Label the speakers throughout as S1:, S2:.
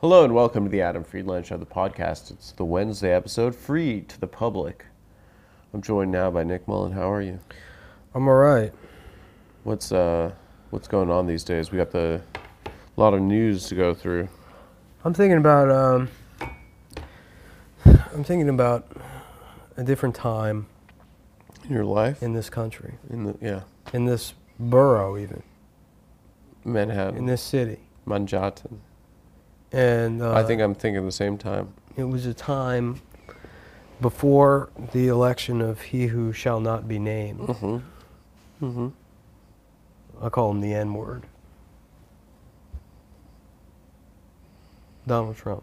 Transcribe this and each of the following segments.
S1: Hello and welcome to the Adam Friedland Show, the podcast. It's the Wednesday episode, free to the public. I'm joined now by Nick Mullen. How are you?
S2: I'm all right.
S1: What's uh, what's going on these days? We got the a lot of news to go through.
S2: I'm thinking about um, I'm thinking about a different time
S1: In your life, in,
S2: in this country,
S1: the yeah,
S2: in this borough, even
S1: Manhattan,
S2: in Uh, this city.
S1: Manhattan.
S2: And uh,
S1: I think I'm thinking the same time.
S2: it was a time before the election of he who shall not be named. Mm-hmm. Mm-hmm. I call him the N word. Donald Trump.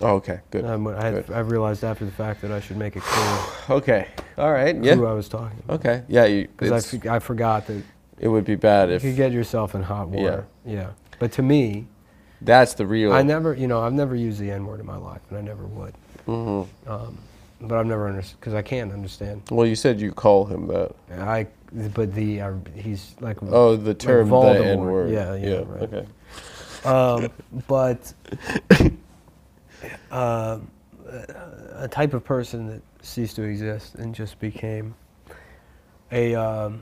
S1: Oh, okay, good.
S2: Um, I, had,
S1: good.
S2: I realized after the fact that I should make it clear
S1: okay, all right, yeah,
S2: who I was talking about.
S1: okay, yeah. You,
S2: Because I,
S1: it's-
S2: f- I forgot that
S1: it would be bad
S2: you could
S1: if
S2: get yourself in hot water. Yeah. But to me,
S1: that's the real.
S2: I never, you know, I've never used the N word in my life, and I never would. Mm-hmm. Um, but I've never understood because I can't understand.
S1: Well, you said you call him that.
S2: I, but the uh, he's like.
S1: Oh, the term the
S2: Voldemort.
S1: N word.
S2: Yeah, yeah, right.
S1: Okay.
S2: Um, but uh, a type of person that ceased to exist and just became a, um,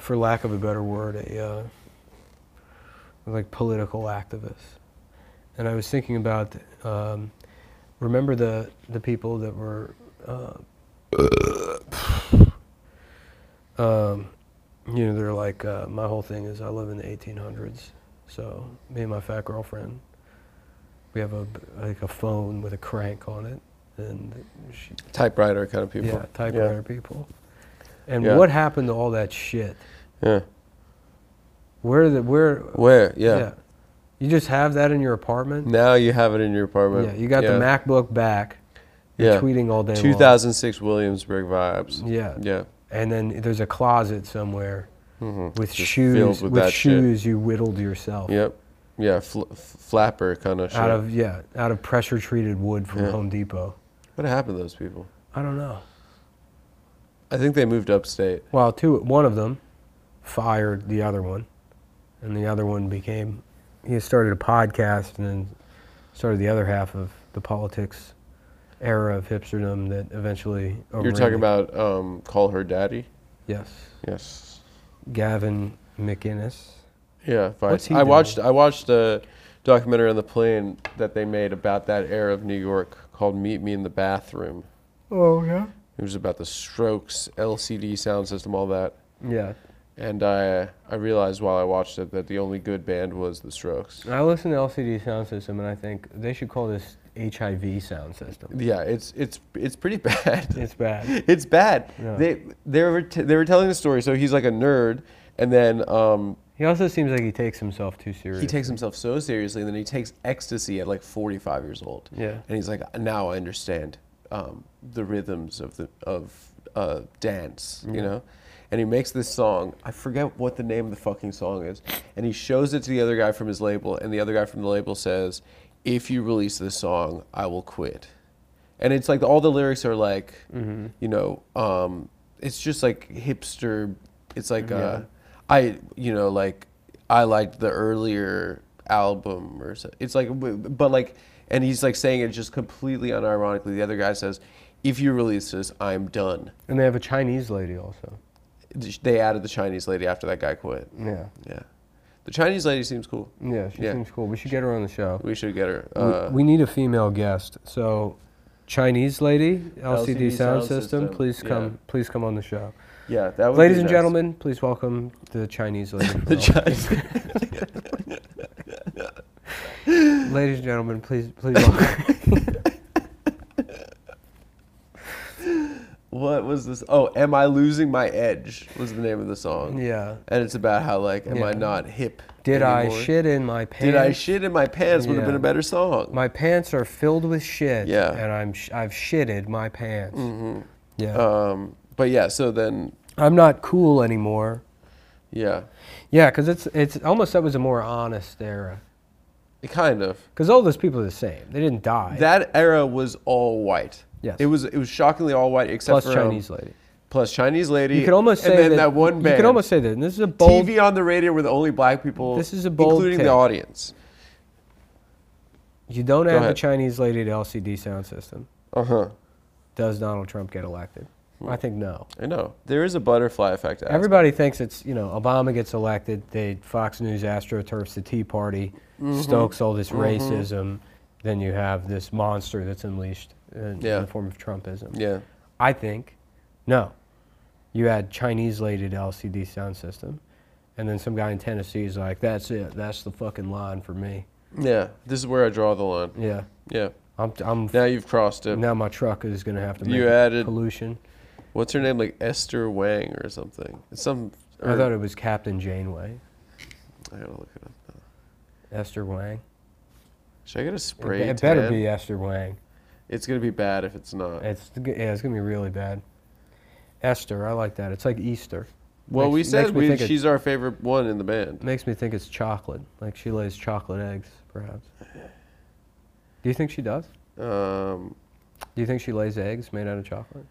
S2: for lack of a better word, a uh, like political activist. And I was thinking about, um, remember the the people that were. Uh, um, you know, they're like, uh, my whole thing is I live in the 1800s. So me and my fat girlfriend, we have a like a phone with a crank on it, and she,
S1: Typewriter kind of people.
S2: yeah, typewriter people. And
S1: Yeah.
S2: what happened to all that shit?
S1: Yeah.
S2: Where did where?
S1: Where? Yeah.
S2: you just have that in your apartment.
S1: Now you have it in your apartment.
S2: yeah, you got the MacBook back. You're tweeting all day. long.
S1: 2006 Williamsburg vibes.
S2: Yeah.
S1: Yeah. Mm-hmm.
S2: and then there's a closet somewhere with shoes
S1: filled
S2: with,
S1: with that shit.
S2: shoes you whittled yourself
S1: Yep. Yeah. Fl- f- flapper kind of shit.
S2: out of yeah out of pressure treated wood from Home Depot.
S1: what happened to those people?
S2: I don't know.
S1: I think they moved upstate.
S2: Well, two one of them fired the other one, and the other one became he started a podcast and then started the other half of the politics era of hipsterdom that eventually
S1: You're
S2: overran
S1: talking
S2: the-
S1: about um, call her daddy.
S2: yes
S1: Yes.
S2: Gavin McInnes.
S1: Yeah. Vice.
S2: What's he
S1: I
S2: doing?
S1: watched. I watched a documentary on the plane that they made about that era of New York called "Meet Me in the Bathroom."
S2: Oh yeah.
S1: It was about the Strokes, LCD sound system, all that.
S2: Yeah,
S1: And I I realized while I watched it that the only good band was the Strokes.
S2: I listen to LCD Sound System and I think they should call this HIV Sound System.
S1: Yeah, it's it's it's pretty bad.
S2: It's bad.
S1: It's bad.
S2: Yeah.
S1: They they were t- they were telling the story. So he's like a nerd, and then um,
S2: He also seems like he takes himself too seriously.
S1: he takes himself so seriously, and then he takes ecstasy at like 45 years old.
S2: Yeah.
S1: and he's like, now I understand um, the rhythms of the of uh, dance, you know. And he makes this song. I forget what the name of the fucking song is. And he shows it to the other guy from his label, and the other guy from the label says, "If you release this song, I will quit." and it's like all the lyrics are like
S2: Mm-hmm.
S1: you know um it's just like hipster it's like uh i you know like i liked the earlier album or so it's like w- but like and he's like saying it just completely unironically the other guy says if you release this i'm done
S2: and they have a Chinese lady also.
S1: they added the chinese lady after that guy quit
S2: Yeah.
S1: yeah the chinese lady seems cool
S2: Yeah, she
S1: Yeah.
S2: seems cool. We should get her on the show.
S1: we should get her
S2: Mm. We-
S1: uh,
S2: we need a female guest. So, Chinese lady, LCD,
S1: LCD
S2: sound
S1: sound
S2: system,
S1: system,
S2: please come.
S1: yeah.
S2: Please come on the show,
S1: yeah that would be
S2: ladies and
S1: nice.
S2: gentlemen. Please welcome the Chinese lady. from
S1: the
S2: LCD.
S1: chinese
S2: ladies and gentlemen, please, please welcome.
S1: what was this? Oh, am I losing my edge? Was the name of the song.
S2: Yeah.
S1: And it's about how like, am I
S2: Yeah.
S1: not hip?
S2: Did I
S1: anymore?
S2: shit in my pants?
S1: Did I shit in my pants? Would have been
S2: Yeah.
S1: a better song.
S2: My pants are filled with shit.
S1: Yeah.
S2: And I'm sh- I've shitted my pants. Mm-hmm. Yeah.
S1: um, but yeah. So then,
S2: I'm not cool anymore.
S1: yeah,
S2: Yeah, because it's it's almost that was a more honest era.
S1: it kind of.
S2: Because all those people are the same. They didn't die.
S1: That era was all white.
S2: Yes.
S1: It was it was shockingly all white except
S2: plus
S1: for um,
S2: Chinese lady.
S1: plus Chinese lady.
S2: You could almost say
S1: and then
S2: that,
S1: that, one band.
S2: You could almost say that. And this is a bold.
S1: TV on the radio were the only black people.
S2: This is a bold
S1: including
S2: take.
S1: the audience.
S2: you don't add the
S1: ahead.
S2: Chinese lady to LCD sound system.
S1: Uh huh.
S2: Does Donald Trump get elected?
S1: Hmm.
S2: I think no.
S1: I know there is a butterfly effect. aspect.
S2: Everybody thinks it's you know Obama gets elected. They Fox News astroturfs the Tea Party,
S1: Mm-hmm.
S2: stokes all this racism. Then you have this monster that's unleashed in,
S1: Yeah.
S2: in the form of Trumpism.
S1: Yeah.
S2: I think, no. You add Chinese lady to LCD sound system, and then some guy in Tennessee is like, "That's it. That's the fucking line for me."
S1: Yeah. This is where I draw the line.
S2: Yeah,
S1: Yeah.
S2: I'm. I'm
S1: Now you've crossed it.
S2: now my truck is gonna have to make
S1: You added-
S2: pollution.
S1: What's her name? Like Esther Wang or something. It's some.
S2: I thought it was Captain Janeway,
S1: I gotta look it up. now.
S2: Esther Wang.
S1: Should I get a
S2: It,
S1: spray?
S2: it better
S1: tan?
S2: be uh, Esther Wang.
S1: It's gonna be bad if it's not.
S2: It's g- yeah, it's gonna be really bad. Esther, I like that. It's like Easter.
S1: well,
S2: makes-
S1: we
S2: makes
S1: said
S2: me
S1: we,
S2: think it-
S1: she's our favorite one in the band.
S2: Makes me think it's chocolate. Like she lays chocolate eggs, perhaps. Do you think she does?
S1: Um,
S2: Do you think she lays eggs made out of chocolate?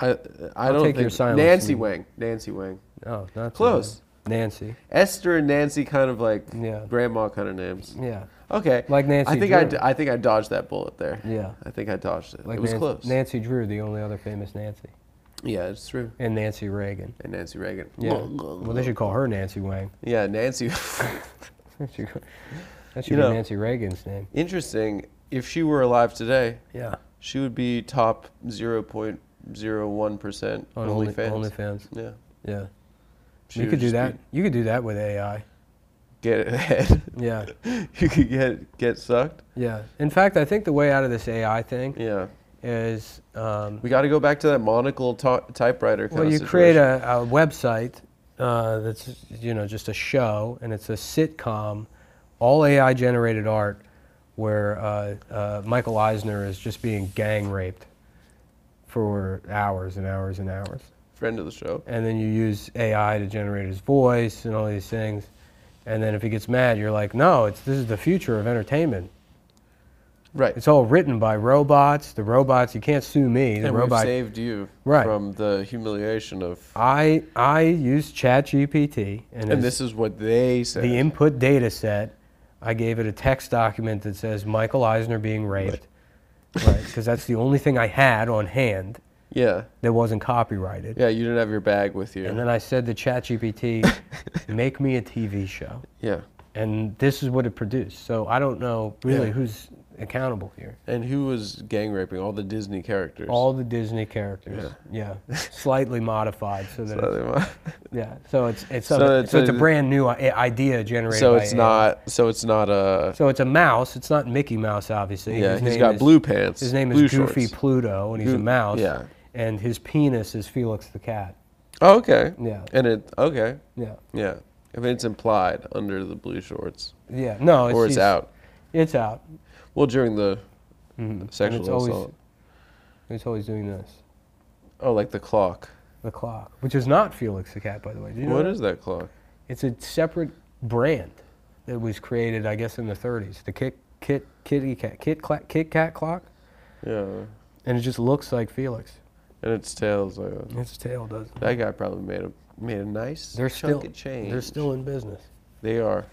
S1: I I
S2: I'll
S1: don't
S2: take
S1: think
S2: your silence
S1: Nancy
S2: and-
S1: Wang. Nancy Wang.
S2: No, not the-
S1: Close.
S2: Nancy.
S1: Esther and Nancy, kind of like
S2: Yeah.
S1: grandma kind of names.
S2: Yeah.
S1: Okay.
S2: Like Nancy
S1: I think I,
S2: Drew.
S1: d- I think I dodged that bullet there.
S2: Yeah.
S1: I think I dodged it.
S2: Like
S1: it was
S2: Nancy,
S1: close.
S2: Nancy Drew, the only other famous Nancy,
S1: yeah, it's true.
S2: and Nancy Reagan.
S1: And Nancy Reagan.
S2: Yeah. well, they should call her Nancy Wang.
S1: Yeah, Nancy.
S2: That should go- that should
S1: You
S2: be
S1: know-
S2: Nancy Reagan's name.
S1: Interesting. If she were alive today,
S2: Yeah.
S1: she would be top 0.01%
S2: On Only-
S1: OnlyFans.
S2: OnlyFans.
S1: Yeah.
S2: Yeah.
S1: She
S2: you
S1: would
S2: could do
S1: just be-
S2: that. You could do that with AI.
S1: get ahead.
S2: Yeah.
S1: you could get get sucked.
S2: Yeah. In fact, I think the way out of this AI thing
S1: Yeah.
S2: is um,
S1: We got to go back to that monocle ta typewriter. Kind
S2: well,
S1: of
S2: you create
S1: situation.
S2: a, a website uh, that's you know just a show, and it's a sitcom, all AI generated art, where uh, uh, Michael Eisner is just being gang raped for hours and hours and hours,
S1: friend of the show.
S2: and then you use AI to generate his voice and all these things, and then if he gets mad, you're like, no, it's this is the future of entertainment.
S1: Right.
S2: It's all written by robots. The robots, you can't sue me. The
S1: and
S2: robot.
S1: we've saved you
S2: Right. Ah,
S1: from the humiliation of.
S2: I I use ChatGPT, and,
S1: And
S2: as
S1: this is what they said.
S2: the input data set. I gave it a text document that says Michael Eisner being raped, right? Because that's the only thing I had on hand
S1: yeah.
S2: that wasn't copyrighted.
S1: Yeah, you didn't have your bag with you.
S2: And then I said to ChatGPT, "Make me a TV show,"
S1: yeah.
S2: and this is what it produced. So I don't know really
S1: Yeah.
S2: who's accountable here.
S1: And who was gang raping? All the Disney characters.
S2: All the Disney characters, yeah, slightly modified so that
S1: So
S2: it's
S1: they wa-
S2: Yeah, so it's it's
S1: So
S2: so,
S1: it's
S2: so it's a
S1: a-
S2: brand new i- idea generated.
S1: so
S2: by
S1: it's
S2: AI.
S1: not. So it's not a.
S2: So it's a mouse. It's not Mickey Mouse, obviously.
S1: Yeah,
S2: His
S1: he's
S2: name
S1: got
S2: is-
S1: blue pants,
S2: His name
S1: blue
S2: is Goofy
S1: shorts.
S2: Pluto, and he's a
S1: Goo-
S2: mouse.
S1: yeah.
S2: And his penis is Felix the cat.
S1: Oh, okay.
S2: Yeah.
S1: And it. Okay.
S2: Yeah.
S1: Yeah. I mean, it's implied under the blue shorts,
S2: Yeah. No, it's,
S1: or it's
S2: he's-
S1: out.
S2: It's out.
S1: Well, during the
S2: Mhm.
S1: sexual
S2: and it's always,
S1: assault.
S2: It's always doing this.
S1: Oh, like the clock.
S2: The clock, which is not Felix the cat, by the way. Did you know
S1: What
S2: that?
S1: is that clock?
S2: It's a separate brand that was created, I guess, in the 30s. The Kit Kit Kitty Cat Kit Cla- Kit Cat clock,
S1: Yeah.
S2: and it just looks like Felix.
S1: And its tails. Like a,
S2: Its tail does.
S1: that guy probably made a made a nice
S2: They're
S1: chunk
S2: still
S1: of change.
S2: they're still in business.
S1: They are.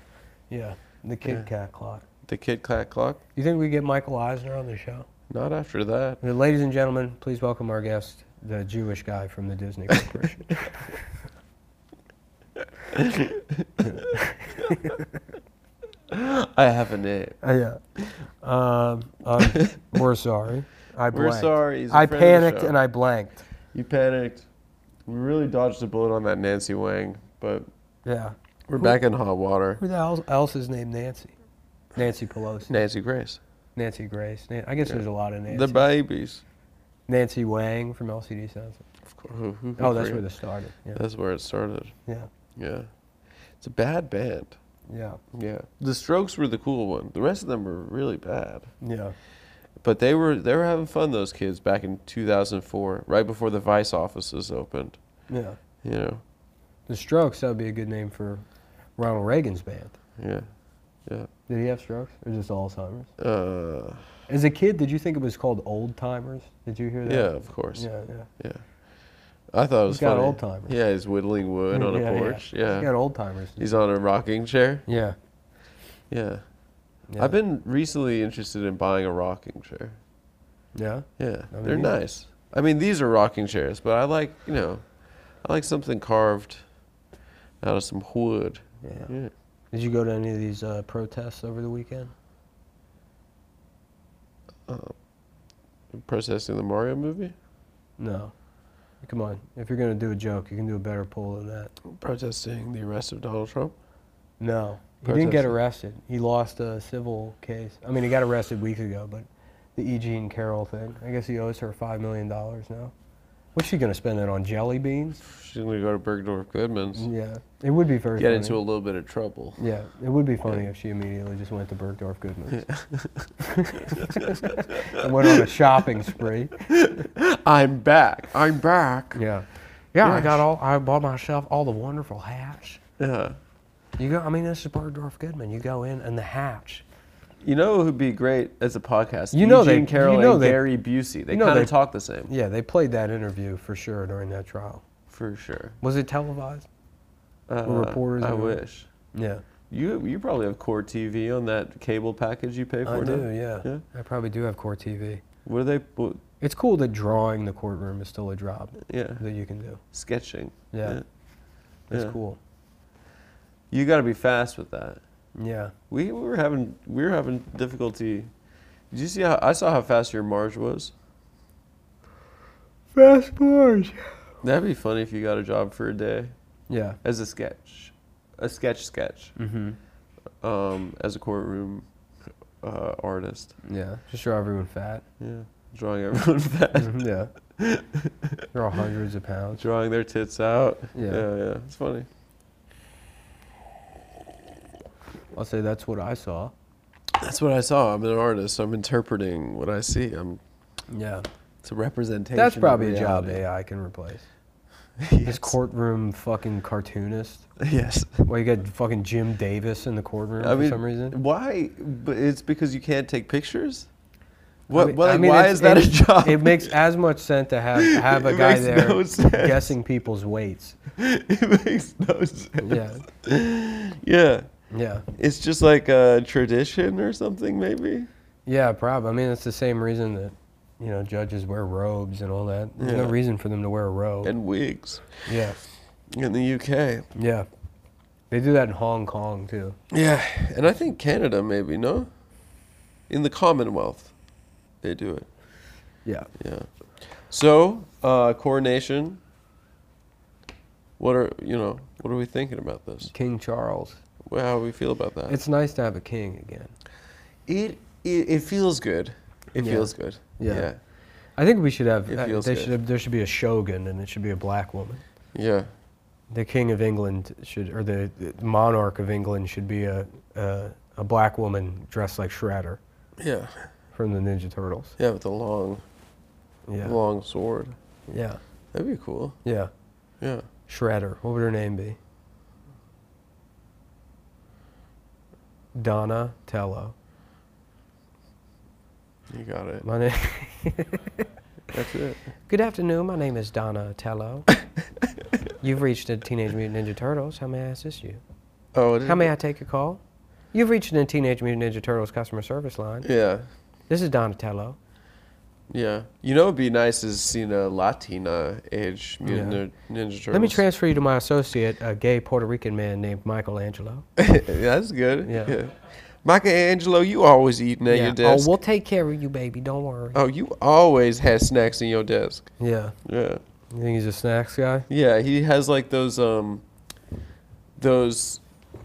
S2: Yeah, the Kit Kat clock.
S1: The Kit Kat clock.
S2: You think we get Michael Eisner on the show?
S1: Not after that.
S2: Uh, Ladies and gentlemen, please welcome our guest, the Jewish guy from the Disney Corporation.
S1: I have a name.
S2: Uh, yeah. Um, um, we're sorry. I
S1: We're
S2: blanked.
S1: sorry, he's a
S2: I
S1: friend of the
S2: panicked
S1: show.
S2: and I blanked.
S1: You panicked. We really dodged a bullet on that Nancy Wang, but
S2: Yeah.
S1: we're back in hot water.
S2: Who the hell else is named Nancy? Nancy Pelosi.
S1: Nancy Grace.
S2: Nancy Grace. Nan- I guess there's a lot of Nancy.
S1: The babies.
S2: Nancy Wang from LCD Sound System.
S1: Of course. Mhm.
S2: Oh, that's
S1: Forget-
S2: where this started. Yeah.
S1: That's where it started.
S2: yeah.
S1: Yeah. It's a bad band.
S2: Yeah.
S1: Yeah. The Strokes were the cool one. The rest of them were really bad.
S2: Yeah.
S1: But they were they were having fun those kids back in 2004, right before the Vice offices opened.
S2: Yeah.
S1: You know.
S2: The Strokes, that would be a good name for Ronald Reagan's band.
S1: Yeah. Yeah.
S2: Did he have strokes or just Alzheimer's?
S1: Uh,
S2: As a kid, did you think it was called old timers? Did you hear that?
S1: yeah, of course.
S2: Yeah, yeah.
S1: Yeah. I thought it was
S2: He's got
S1: funny.
S2: old-timers.
S1: Yeah, he's whittling wood on a
S2: Yeah, yeah.
S1: porch. Yeah.
S2: You got old timers.
S1: He's on a rocking chair.
S2: Yeah.
S1: Yeah.
S2: yeah.
S1: I've been recently interested in buying a rocking chair.
S2: Yeah.
S1: Yeah.
S2: I mean,
S1: They're
S2: these-
S1: nice. I mean, these are rocking chairs, but I like, you know, I like something carved out of some wood.
S2: Yeah.
S1: Yeah.
S2: Did you go to any of these uh, protests over the weekend?
S1: Processing the Mario movie?
S2: No. Come on. If you're gonna do a joke, you can do a better poll than that.
S1: Protesting the arrest of Donald Trump?
S2: No. He didn't get
S1: Protesting.
S2: arrested. He lost a civil case. I mean, he got arrested weeks ago, but the E. Jean Carroll thing. I guess he owes her five million dollars now. What's she gonna spend it on? Jelly beans?
S1: She's going to go to Bergdorf Goodman's.
S2: Yeah. It would be very.
S1: Get
S2: funny.
S1: into a little bit of trouble.
S2: Yeah, it would be funny if she immediately just went to Bergdorf Goodman's and went on a shopping spree.
S1: I'm back. I'm back.
S2: Yeah, yeah. I
S1: Yes.
S2: got all. I bought myself all the wonderful hats.
S1: Yeah.
S2: You go. I mean, this is Bergdorf Goodman. You go in and the hats.
S1: You know who'd be great as a podcast?
S2: You know they-
S1: Eugene Carroll
S2: you know
S1: and
S2: they-
S1: Gary Busey. They
S2: you know
S1: kind
S2: they-
S1: of talk the same,
S2: Yeah, they played that interview for sure during that trial.
S1: for sure.
S2: Was it televised?
S1: Uh,
S2: reporters
S1: I
S2: and-
S1: wish
S2: Yeah,
S1: you you probably have Core TV on that cable package you pay for.
S2: I
S1: now?
S2: do. Yeah.
S1: Yeah.
S2: I probably do have Court TV.
S1: What are they? What,
S2: It's cool that drawing the courtroom is still a job
S1: yeah.
S2: that you can do.
S1: Sketching.
S2: Yeah, That's
S1: Yeah.
S2: cool.
S1: You got to be fast with that.
S2: Yeah.
S1: We, we were having we were having difficulty. Did you see how I saw how fast your Marge was?
S2: Fast boys.
S1: That'd be funny if you got a job for a day
S2: Yeah.
S1: as a sketch, a sketch sketch,
S2: Mm-hmm.
S1: um, as a courtroom uh, artist.
S2: Yeah, just show everyone fat. Mm-hmm.
S1: Yeah, drawing everyone fat,
S2: yeah. They're all hundreds of pounds.
S1: drawing their tits out.
S2: Yeah.
S1: yeah, yeah. it's funny.
S2: I'll say that's what I saw.
S1: That's what I saw. I'm an artist. I'm interpreting what I see. I'm
S2: Yeah.
S1: it's a representation.
S2: That's
S1: of
S2: probably a eh? job
S1: reality.
S2: AI can replace. This
S1: yes.
S2: courtroom fucking cartoonist.
S1: yes.
S2: Well, you got fucking Jim Davis in the courtroom
S1: I
S2: for
S1: mean,
S2: some reason.
S1: why? But it's because you can't take pictures. What?
S2: I mean-
S1: what-
S2: I mean,
S1: why
S2: it's-
S1: is that a
S2: it-
S1: job?
S2: It makes as much sense to have have a
S1: It
S2: guy
S1: makes
S2: there
S1: no sense.
S2: guessing people's weights.
S1: it makes no sense.
S2: Yeah.
S1: Yeah.
S2: Yeah.
S1: It's just like a tradition or something, maybe.
S2: Yeah, probably. I mean, it's the same reason that you know judges wear robes and all that. There's no
S1: Yeah.
S2: reason for them to wear a robe.
S1: And wigs
S2: yeah.
S1: in the UK.
S2: Yeah. They do that in Hong Kong too.
S1: Yeah, and I think Canada maybe no. In the Commonwealth, they do it.
S2: Yeah.
S1: Yeah. So uh, coronation. What are you know? What are we thinking about this?
S2: King Charles.
S1: Well, How do we feel about that?
S2: It's nice to have a king again.
S1: it it, it feels good. It
S2: Yeah.
S1: feels good.
S2: Yeah.
S1: yeah.
S2: I think we should have.
S1: It
S2: uh,
S1: feels
S2: they
S1: good.
S2: should have, there should be a shogun, and it should be a black woman.
S1: Yeah.
S2: The king of England should, or the, the monarch of England should be a, a a black woman dressed like Shredder
S1: Yeah.
S2: from the Ninja Turtles.
S1: Yeah, with the long
S2: Yeah.
S1: long sword.
S2: Yeah.
S1: That'd be cool.
S2: Yeah.
S1: Yeah.
S2: Shredder. What would her name be? Donna Tello.
S1: You got it.
S2: My name.
S1: That's it.
S2: Good afternoon. My name is Donna Tello. You've reached the Teenage Mutant Ninja Turtles. How may I assist you?
S1: Oh, it is-
S2: How may I take your call? You've reached the Teenage Mutant Ninja Turtles customer service line.
S1: Yeah.
S2: This is Donatello.
S1: Yeah. You know, it'd be nice is seeing a Latina age mutant
S2: Yeah.
S1: Nin- ninja turtle.
S2: Let me transfer you to my associate, a gay Puerto Rican man named Michelangelo.
S1: That's good.
S2: Yeah.
S1: Michelangelo, you always eating at your
S2: Oh,
S1: desk.
S2: we'll take care of you, baby. Don't worry.
S1: oh, you always had snacks in your desk.
S2: Yeah.
S1: Yeah.
S2: You think he's a snacks guy?
S1: Yeah, he has like those um those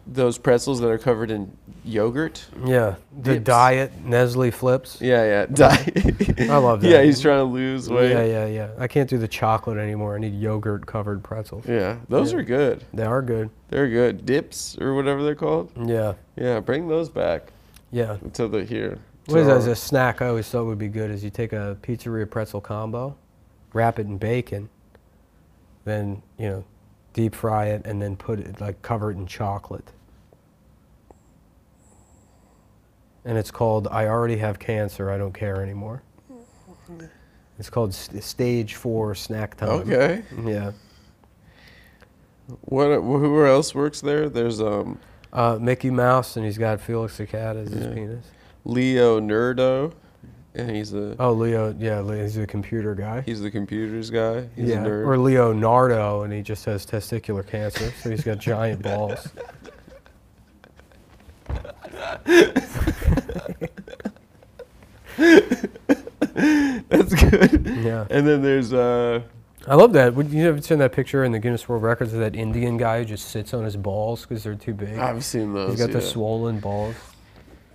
S1: those pretzels that are covered in yogurt.
S2: Yeah, the
S1: Dips.
S2: diet Nestle flips.
S1: Yeah, yeah. Diet.
S2: I love
S1: Yeah,
S2: that.
S1: he's trying to lose weight.
S2: Yeah, yeah, yeah. I can't do the chocolate anymore. I need yogurt covered pretzels.
S1: Yeah, those
S2: Yeah.
S1: are good.
S2: They are good.
S1: They're good. Dips or whatever they're called.
S2: Yeah,
S1: Yeah, bring those back
S2: yeah.
S1: to the here.
S2: What is
S1: to
S2: that? Is
S1: our-
S2: a snack I always thought would be good is you take a pizzeria pretzel combo, wrap it in bacon, then you know, deep fry it and then put it like cover it in chocolate. And it's called I already have cancer. I don't care anymore. It's called st- stage four snack time.
S1: Okay.
S2: Yeah.
S1: What? Who else works there? There's um
S2: Uh, Mickey Mouse and he's got Felix the cat as his
S1: Yeah.
S2: penis.
S1: Leo Nerdo, and he's a
S2: Oh, Leo. Yeah, Leo, he's a computer guy.
S1: he's the computers guy. He's
S2: yeah,
S1: a nerd.
S2: or Leonardo, and he just has testicular cancer, so he's got giant balls.
S1: That's good.
S2: Yeah,
S1: And then there's uh
S2: I love that. Would you ever seen that picture in the Guinness World Records of that Indian guy who just sits on his balls because they're too big?
S1: I've seen those.
S2: he's got the
S1: yeah.
S2: swollen balls.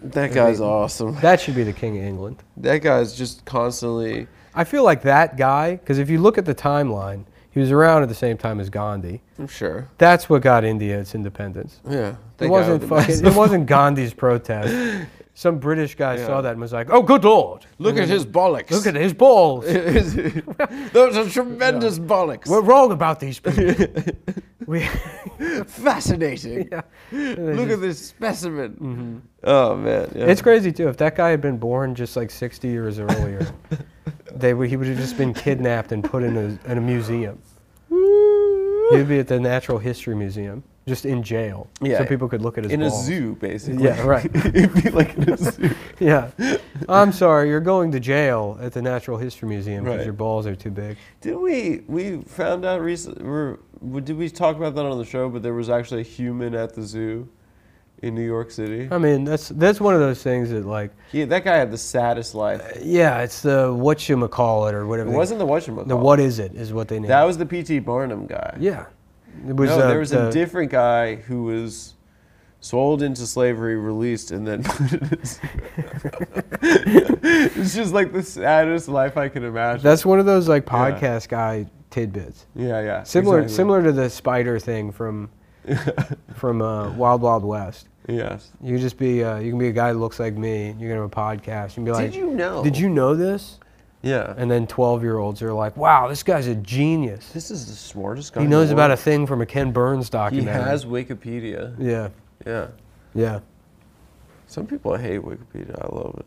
S1: That guy's awesome.
S2: That should be the king of England.
S1: That guy's just constantly
S2: I feel like that guy, because if you look at the timeline, he was around at the same time as Gandhi.
S1: I'm sure.
S2: That's what got India its independence.
S1: Yeah. that guy
S2: It wasn't
S1: with the
S2: fucking. It
S1: massive-
S2: wasn't Gandhi's protest. Some British guy
S1: Yeah.
S2: saw that and was like, "Oh, good lord!
S1: Look at his bollocks.
S2: Look at his balls!
S1: Those are tremendous bollocks.
S2: We're wrong about these people." we,
S1: fascinating.
S2: yeah.
S1: Look at this specimen. Oh man, yeah.
S2: Mm-hmm. It's crazy too. If that guy had been born just like 60 years earlier, they would, he would have just been kidnapped and put in a, in a museum. He'd be at the Natural History Museum, just in jail,
S1: Yeah.
S2: so people could look at his
S1: in
S2: balls.
S1: a zoo, basically.
S2: Yeah, right.
S1: It'd be like in a zoo.
S2: Yeah, I'm sorry, you're going to jail at the Natural History Museum because
S1: Right.
S2: your balls are too big.
S1: Did we we found out recently? We're, w- did we talk about that on the show? But there was actually a human at the zoo in New York City.
S2: I mean, that's that's one of those things that like,
S1: Yeah, that guy had the saddest life.
S2: yeah, it's the what you call it or
S1: It
S2: whatever. they-
S1: wasn't the whatchamacallit.
S2: Uh, the what is it is what they named.
S1: That was the P.T. Barnum guy.
S2: Yeah. It was,
S1: no,
S2: uh,
S1: there was
S2: the-
S1: a different guy who was sold into slavery, released, and then put in a zoo. it's just like the saddest life I can imagine.
S2: That's one of those like
S1: Yeah.
S2: podcast guy tidbits.
S1: yeah, yeah.
S2: Similar,
S1: exactly.
S2: similar to the spider thing from from uh, Wild Wild West.
S1: Yes.
S2: You can just be uh, you can be a guy who looks like me. and You can have a podcast and be like,
S1: you know?
S2: Did you know this?"
S1: Yeah.
S2: And then twelve year olds are like, "Wow, this guy's a genius.
S1: this is the smartest guy.
S2: He
S1: in
S2: knows
S1: the
S2: about a
S1: world.
S2: thing from a Ken Burns
S1: He
S2: documentary."
S1: has Wikipedia.
S2: Yeah,
S1: Yeah.
S2: yeah.
S1: Some people hate Wikipedia. I love it.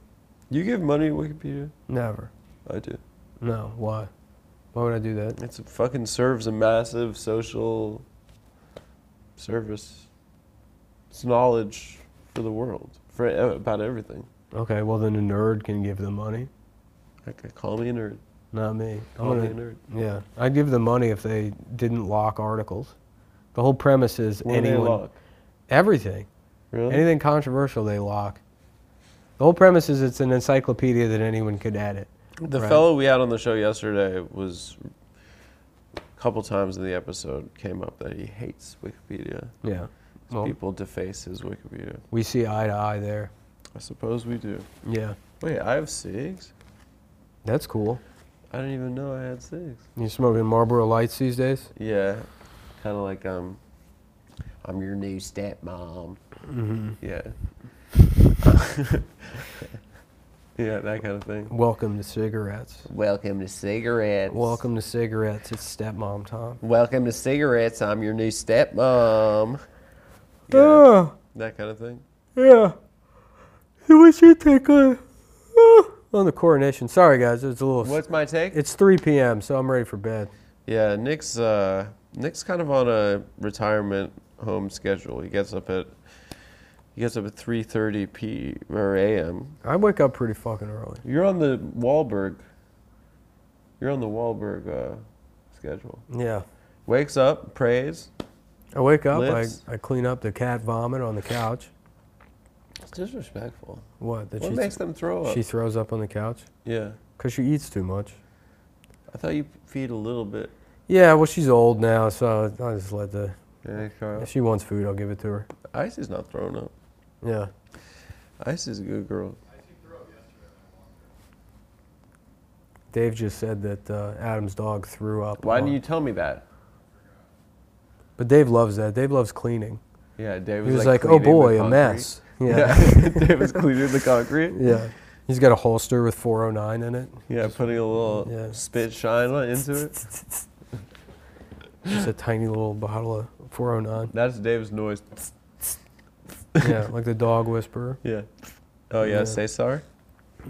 S1: You give money to Wikipedia?
S2: Never.
S1: I do.
S2: No. Why? Why would I do that?
S1: It's a fucking serves a massive social service. It's knowledge for the world for uh, about everything.
S2: Okay. Well, then a nerd can give them money.
S1: Okay, call me a nerd.
S2: Not me. I'm
S1: Call me
S2: gonna,
S1: a nerd.
S2: Yeah, I'd give them money if they didn't lock articles. The whole premise is
S1: What do they
S2: anyone,
S1: lock?
S2: everything,
S1: Really?
S2: anything controversial they lock. The whole premise is it's an encyclopedia that anyone could edit.
S1: The
S2: Right.
S1: fellow we had on the show yesterday was a couple times in the episode came up that he hates Wikipedia.
S2: Yeah. Well,
S1: People deface his Wikipedia.
S2: we see eye to eye there.
S1: I suppose we do.
S2: Yeah,
S1: Wait, I have six?
S2: that's cool.
S1: I didn't even know I had six.
S2: You smoking Marlboro Lights these days?
S1: Yeah, kind of like um, I'm your new stepmom. Mm-hmm. Yeah. yeah, that kind of thing.
S2: Welcome to cigarettes.
S1: Welcome to cigarettes.
S2: Welcome to cigarettes. It's stepmom time.
S1: Welcome to cigarettes. I'm your new stepmom. Yeah,
S2: Yeah.
S1: that kind of thing.
S2: Yeah. Hey, what's your take oh. on, on the coronation? Sorry, guys. It's a little.
S1: What's my take?
S2: It's 3 p.m., so I'm ready for bed.
S1: Yeah, Nick's uh, Nick's kind of on a retirement home schedule. He gets up at he gets up at 3:30 p or a.m.
S2: I wake up pretty fucking early.
S1: You're on the Wahlberg. You're on the Wahlberg uh, schedule.
S2: Yeah.
S1: Wakes up, prays.
S2: I wake up, I,
S1: Lifts?
S2: I clean up the cat vomit on the couch.
S1: It's disrespectful.
S2: What? That
S1: What
S2: she,
S1: makes them throw up?
S2: she throws up on the couch?
S1: yeah,
S2: Because she eats too much.
S1: I thought you feed a little bit.
S2: Yeah, well, she's old now, so I just let the
S1: Yeah, Kyle.
S2: If she wants food, I'll give it to her.
S1: Ice is not throwing up.
S2: Yeah.
S1: Ice is a good girl.
S2: Dave just said that uh, Adam's dog threw up.
S1: Why
S2: on-
S1: didn't you tell me that?
S2: But Dave loves that. Dave loves cleaning.
S1: Yeah, Dave
S2: He
S1: was,
S2: was like, "Oh
S1: cleaning the
S2: boy, a
S1: concrete."
S2: mess." Yeah.
S1: Yeah, Dave was cleaning the concrete.
S2: yeah. He's got a holster with 409 in it.
S1: Yeah, putting a little
S2: Yeah.
S1: spit shine on- into it.
S2: Just a tiny little bottle of 409.
S1: That's Dave's noise.
S2: yeah, like the dog whisperer.
S1: Yeah. Oh yeah,
S2: Yeah.
S1: Cesar.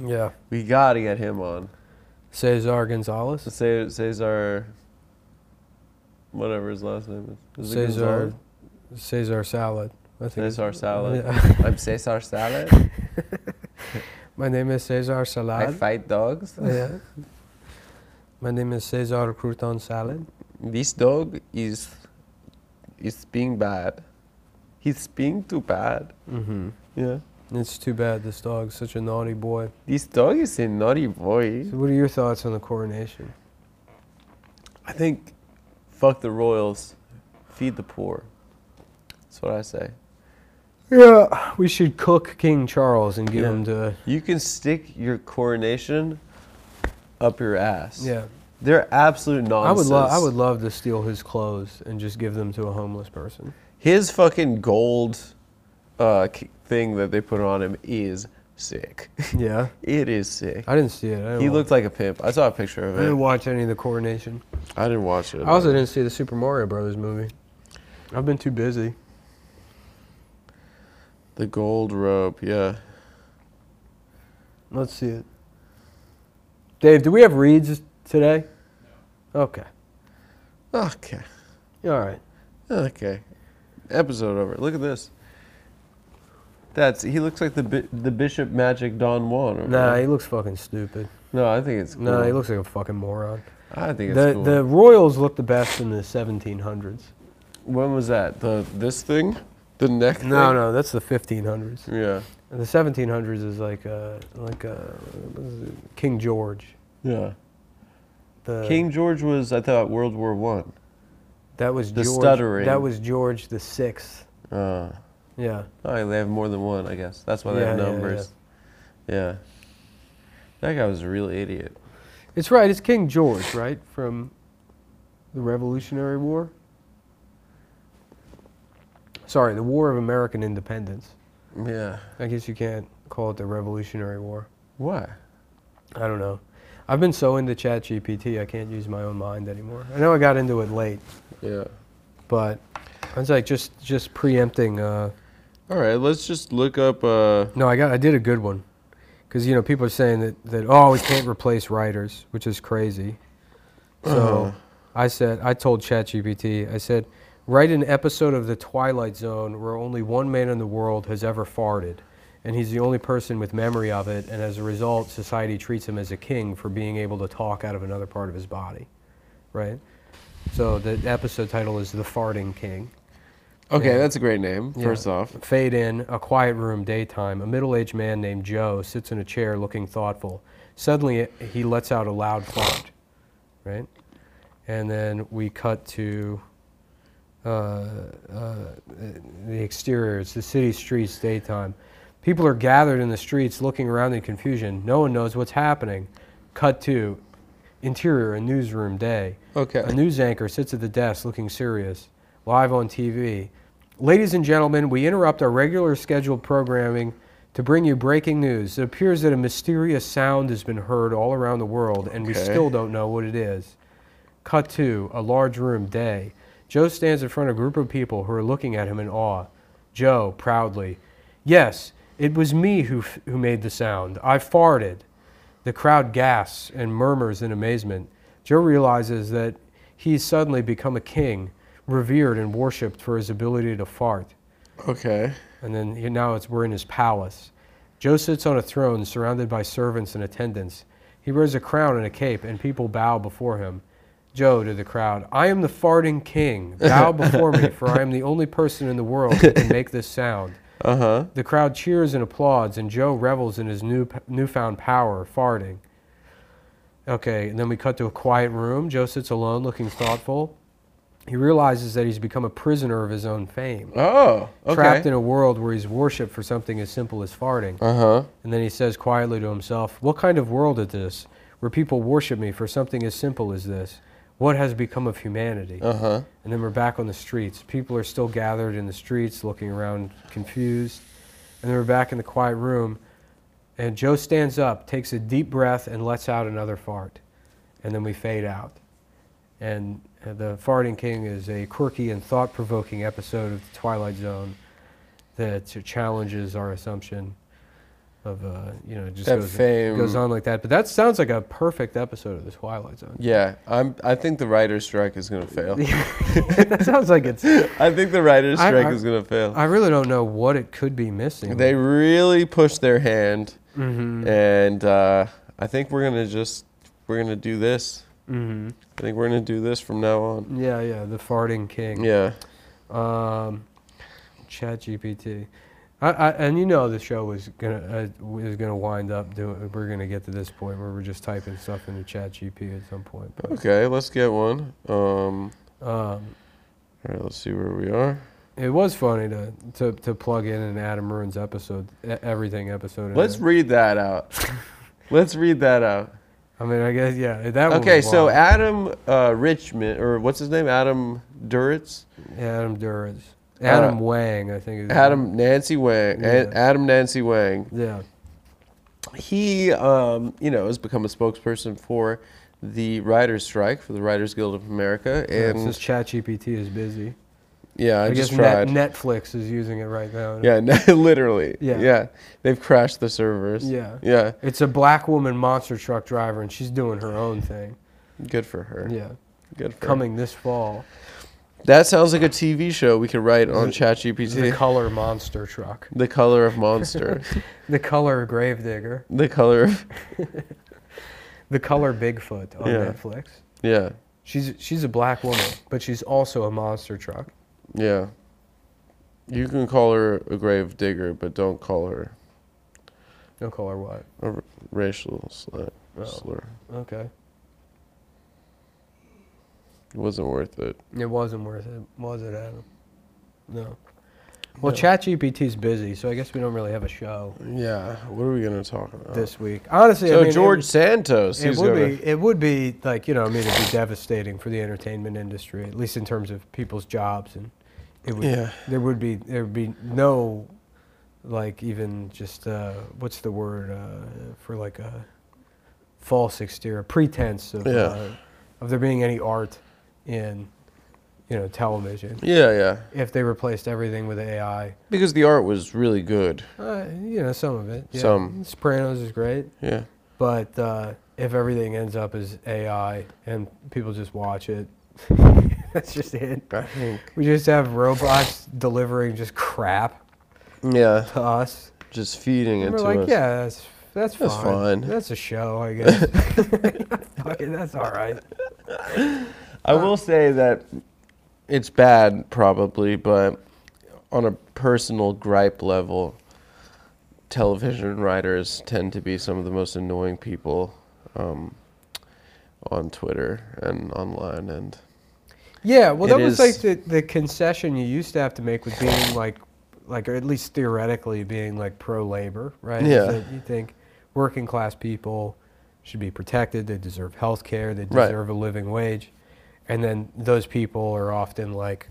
S2: Yeah.
S1: We gotta get him on.
S2: Cesar Gonzalez.
S1: Cesar, Cesar whatever his last name is. Is it
S2: Cesar.
S1: Gonzalez?
S2: Cesar Salad. I think.
S1: Cesar Salad.
S2: Yeah.
S1: I'm Cesar Salad.
S2: My name is Cesar
S1: I
S2: Salad.
S1: fight dogs.
S2: yeah. My name is Cesar Crouton Salad.
S1: This dog is is being bad. He's being too bad.
S2: Mm-hmm.
S1: Yeah.
S2: It's too bad this dog's such a naughty boy.
S1: This dog is a naughty boy.
S2: So what are your thoughts on the coronation?
S1: I think fuck the royals, feed the poor. That's what I say.
S2: Yeah, we should cook King Charles and give
S1: Yeah.
S2: him to
S1: You can stick your coronation up your ass.
S2: yeah.
S1: They're absolute nonsense.
S2: I would love I would love to steal his clothes and just give them to a homeless person.
S1: His fucking gold uh, k- thing that they put on him is sick.
S2: Yeah,
S1: it is sick.
S2: I didn't see it. I didn't
S1: He
S2: wa-
S1: looked like a pimp. I saw a picture
S2: I didn't
S1: of it.
S2: watch any of the coronation.
S1: I didn't watch it.
S2: I also didn't see the Super Mario Brothers movie. I've been too busy.
S1: The gold rope, yeah.
S2: Let's see it. Dave, do we have reads today? Okay.
S1: Okay.
S2: All right.
S1: Okay. Episode over. Look at this. That's he looks like the bi- the Bishop Magic Don Juan. over
S2: Nah,
S1: there.
S2: he looks fucking stupid.
S1: no, I think it's cool.
S2: Nah, he looks like a fucking moron.
S1: I think it's
S2: The
S1: cool.
S2: the Royals looked the best in the 1700s.
S1: when was that? The this thing, the neck.
S2: No,
S1: thing?
S2: no, that's the 1500s.
S1: Yeah.
S2: The 1700s is like uh like uh what is it? King George.
S1: Yeah.
S2: The
S1: King George was, I thought, World War One.
S2: that was
S1: the
S2: George,
S1: stuttering.
S2: That was George the sixth.
S1: Uh,
S2: Yeah.
S1: oh, they have more than one, I guess. That's why they have
S2: Yeah, yeah,
S1: numbers. Yeah, That guy was a real idiot.
S2: It's right. It's King George, right from the Revolutionary War. Sorry, the War of American Independence.
S1: Yeah.
S2: I guess you can't call it the Revolutionary War.
S1: Why?
S2: I don't know. I've been so into ChatGPT, I can't use my own mind anymore. I know I got into it late,
S1: Yeah.
S2: but I was like just just preempting. Uh,
S1: All right, let's just look up. Uh,
S2: No, I got I did a good one. Cuz you know people are saying that that oh, we can't replace writers, which is crazy. So I said I told ChatGPT, I said write an episode of The Twilight Zone where only one man in the world has ever farted and he's the only person with memory of it and as a result society treats him as a king for being able to talk out of another part of his body. Right? So the episode title is The Farting King.
S1: okay, that's a great name.
S2: Yeah.
S1: First off,
S2: Fade in, a quiet room, daytime. A middle aged man named Joe sits in a chair looking thoughtful. Suddenly, he lets out a loud fart, right? And then we cut to uh, uh, the exterior. It's the city streets, daytime. People are gathered in the streets looking around in confusion. No one knows what's happening. Cut to interior, a newsroom, day.
S1: Okay.
S2: A news anchor sits at the desk looking serious, live on TV. Ladies and gentlemen, we interrupt our regular scheduled programming to bring you breaking news. It appears that a mysterious sound has been heard all around the world, and we
S1: Okay.
S2: still don't know what it is. Cut to a large room, day. Joe stands in front of a group of people who are looking at him in awe. Joe, proudly, Yes, it was me who, f- who made the sound. I farted. The crowd gasps and murmurs in amazement. Joe realizes that he's suddenly become a king, revered and worshipped for his ability to fart.
S1: okay.
S2: And then he- now it's, we're in his palace. Joe sits on a throne surrounded by servants and attendants. He wears a crown and a cape, and people bow before him. Joe to the crowd, I am the farting king. Bow before me, for I am the only person in the world who can make this sound.
S1: Uh huh.
S2: The crowd cheers and applauds, and Joe revels in his new newfound power, farting. Okay, and then we cut to a quiet room. Joe sits alone, looking thoughtful. he realizes that he's become a prisoner of his own fame,
S1: Oh, okay.
S2: trapped in a world where he's worshipped for something as simple as farting.
S1: uh huh.
S2: And then he says quietly to himself, What kind of world is this where people worship me for something as simple as this? What has become of humanity?
S1: Uh huh.
S2: And then we're back on the streets. People are still gathered in the streets, looking around confused. And then we're back in the quiet room. And Joe stands up, takes a deep breath, and lets out another fart. And then we fade out. And uh, The Farting King is a quirky and thought provoking episode of The Twilight Zone that challenges our assumption of, uh, you know, it just
S1: That
S2: goes,
S1: fame-
S2: goes on like that. But that sounds like a perfect episode of The Twilight Zone.
S1: Yeah, I'm. I think the writer's strike is gonna fail.
S2: that sounds like it's
S1: I think the writer's
S2: I-
S1: strike
S2: I-
S1: is gonna fail.
S2: I really don't know what it could be missing.
S1: they really pushed their hand,
S2: Mm-hmm.
S1: Mm-hmm. and uh, I think we're gonna just we're gonna do this.
S2: hmm
S1: I think we're gonna do this from now on.
S2: Yeah, yeah, the farting king.
S1: Yeah.
S2: Um, Chat GPT. I, I, and you know the show was gonna uh, was gonna wind up doing. We're gonna get to this point where we're just typing stuff into Chat GPT at some point. But,
S1: Okay, let's get one. Um,
S2: um,
S1: all right, let's see where we are.
S2: it was funny to, to, to plug in an Adam Ruins episode, e- everything episode. in
S1: Let's
S2: it.
S1: read that out. let's read that out.
S2: I mean, I guess yeah. That one
S1: Okay,
S2: was
S1: so
S2: wild.
S1: Adam uh, Richmond, or what's his name? Adam Duritz?
S2: Adam Duritz, Adam Wang, I think. Is his
S1: Uh, Adam Nancy Wang.
S2: Yeah.
S1: A- Adam Nancy Wang.
S2: name. Yeah.
S1: he um, you know has become a spokesperson for the writers strike for the writers guild of america
S2: Yeah,
S1: and
S2: since ChatGPT is busy.
S1: yeah i,
S2: I, guess
S1: just tried
S2: Net, Netflix is using it right now.
S1: yeah no, literally
S2: Yeah.
S1: yeah they've crashed the servers
S2: Yeah.
S1: yeah
S2: It's a black woman monster truck driver, and she's doing her own thing.
S1: good for her
S2: Yeah.
S1: good for her.
S2: Coming this fall,
S1: that sounds like a tv show we could write on chat gpt
S2: the color monster truck,
S1: the color of monster
S2: the color gravedigger,
S1: the color of
S2: the color Bigfoot on
S1: Yeah.
S2: Netflix.
S1: yeah
S2: She's she's a black woman, but she's also a monster truck.
S1: yeah you can call her a grave digger but don't call her
S2: Don't call her what?
S1: a r- racial slur,
S2: Oh.
S1: slur.
S2: Okay.
S1: it wasn't worth it
S2: It wasn't worth it, was it, Adam? No. Well, ChatGPT's busy, so I guess we don't really have a show
S1: Yeah, what are we gonna talk about?
S2: this week. Honestly, I
S1: Oh. so
S2: mean, it
S1: George
S2: was-
S1: Santos,
S2: It
S1: he's
S2: would
S1: gonna.
S2: be. It would be like you know. I mean, it'd be devastating for the entertainment industry, at least in terms of people's jobs, and it would.
S1: Yeah.
S2: There would be. There would be no, like even just uh, what's the word uh, for like a false exterior, pretense of
S1: Yeah.
S2: uh, of there being any art in, you know, television.
S1: Yeah, yeah,
S2: If they replaced everything with AI,
S1: because the art was really good.
S2: uh, you know, some of it. yeah.
S1: Some.
S2: Sopranos is great.
S1: Yeah,
S2: But uh, if everything ends up as AI and people just watch it, that's just it.
S1: I think.
S2: We just have robots delivering just crap
S1: Yeah,
S2: to us.
S1: just feeding it
S2: And we're
S1: to
S2: like,
S1: us.
S2: yeah, that's that's fine.
S1: That's fine.
S2: That's a show, I guess. Fucking, that's all right.
S1: I will say that it's bad, probably, but on a personal gripe level, television writers tend to be some of the most annoying people um, on Twitter and online, and
S2: Yeah, well,
S1: It
S2: that was like
S1: is-
S2: the, the concession you used to have to make with being like, like or at least theoretically being like pro labor, right? Is
S1: Yeah.
S2: that you think working class people should be protected. They deserve health care. They
S1: Right.
S2: deserve a living wage. And then those people are often like,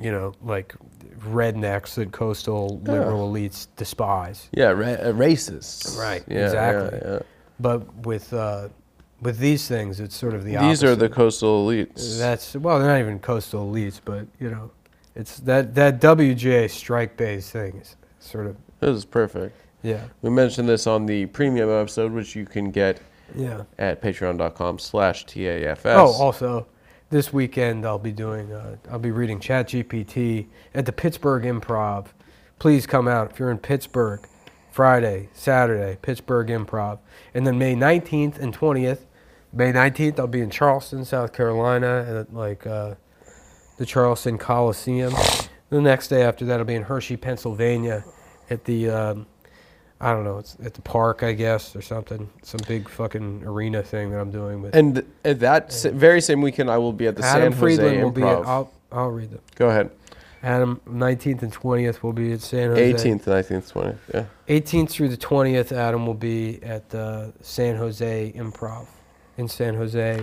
S2: you know, like rednecks that coastal liberal elites despise.
S1: yeah, ra- uh, racists.
S2: Right,
S1: Yeah, yeah,
S2: exactly.
S1: yeah.
S2: But with uh, with these things, it's sort of the
S1: These are the
S2: opposite.
S1: coastal elites.
S2: That's well, they're not even coastal elites, but you know, it's that that WGA strike base thing is sort of
S1: This is perfect.
S2: yeah,
S1: We mentioned this on the premium episode, which you can get
S2: yeah.
S1: at patreon.com slash TAFS.
S2: Oh, also, this weekend I'll be doing uh, I'll be reading ChatGPT at the Pittsburgh Improv. Please come out if you're in Pittsburgh. Friday, Saturday, Pittsburgh Improv, and then May 19th and 20th. May 19th I'll be in Charleston, South Carolina, at like. Uh, the Charleston Coliseum. The next day after that, I'll be in Hershey, Pennsylvania, at the um, I don't know. It's at the park, I guess, or something. Some big fucking arena thing that I'm doing. But
S1: And th- at that sa- very same weekend, I will be at the San
S2: Adam
S1: Jose
S2: Friedland
S1: Improv.
S2: will be. At, I'll I'll read them.
S1: Go ahead.
S2: Adam, 19th and 20th will be at San Jose.
S1: 18th, 19th, 20th. Yeah.
S2: 18th through the 20th, Adam will be at the San Jose Improv in San Jose,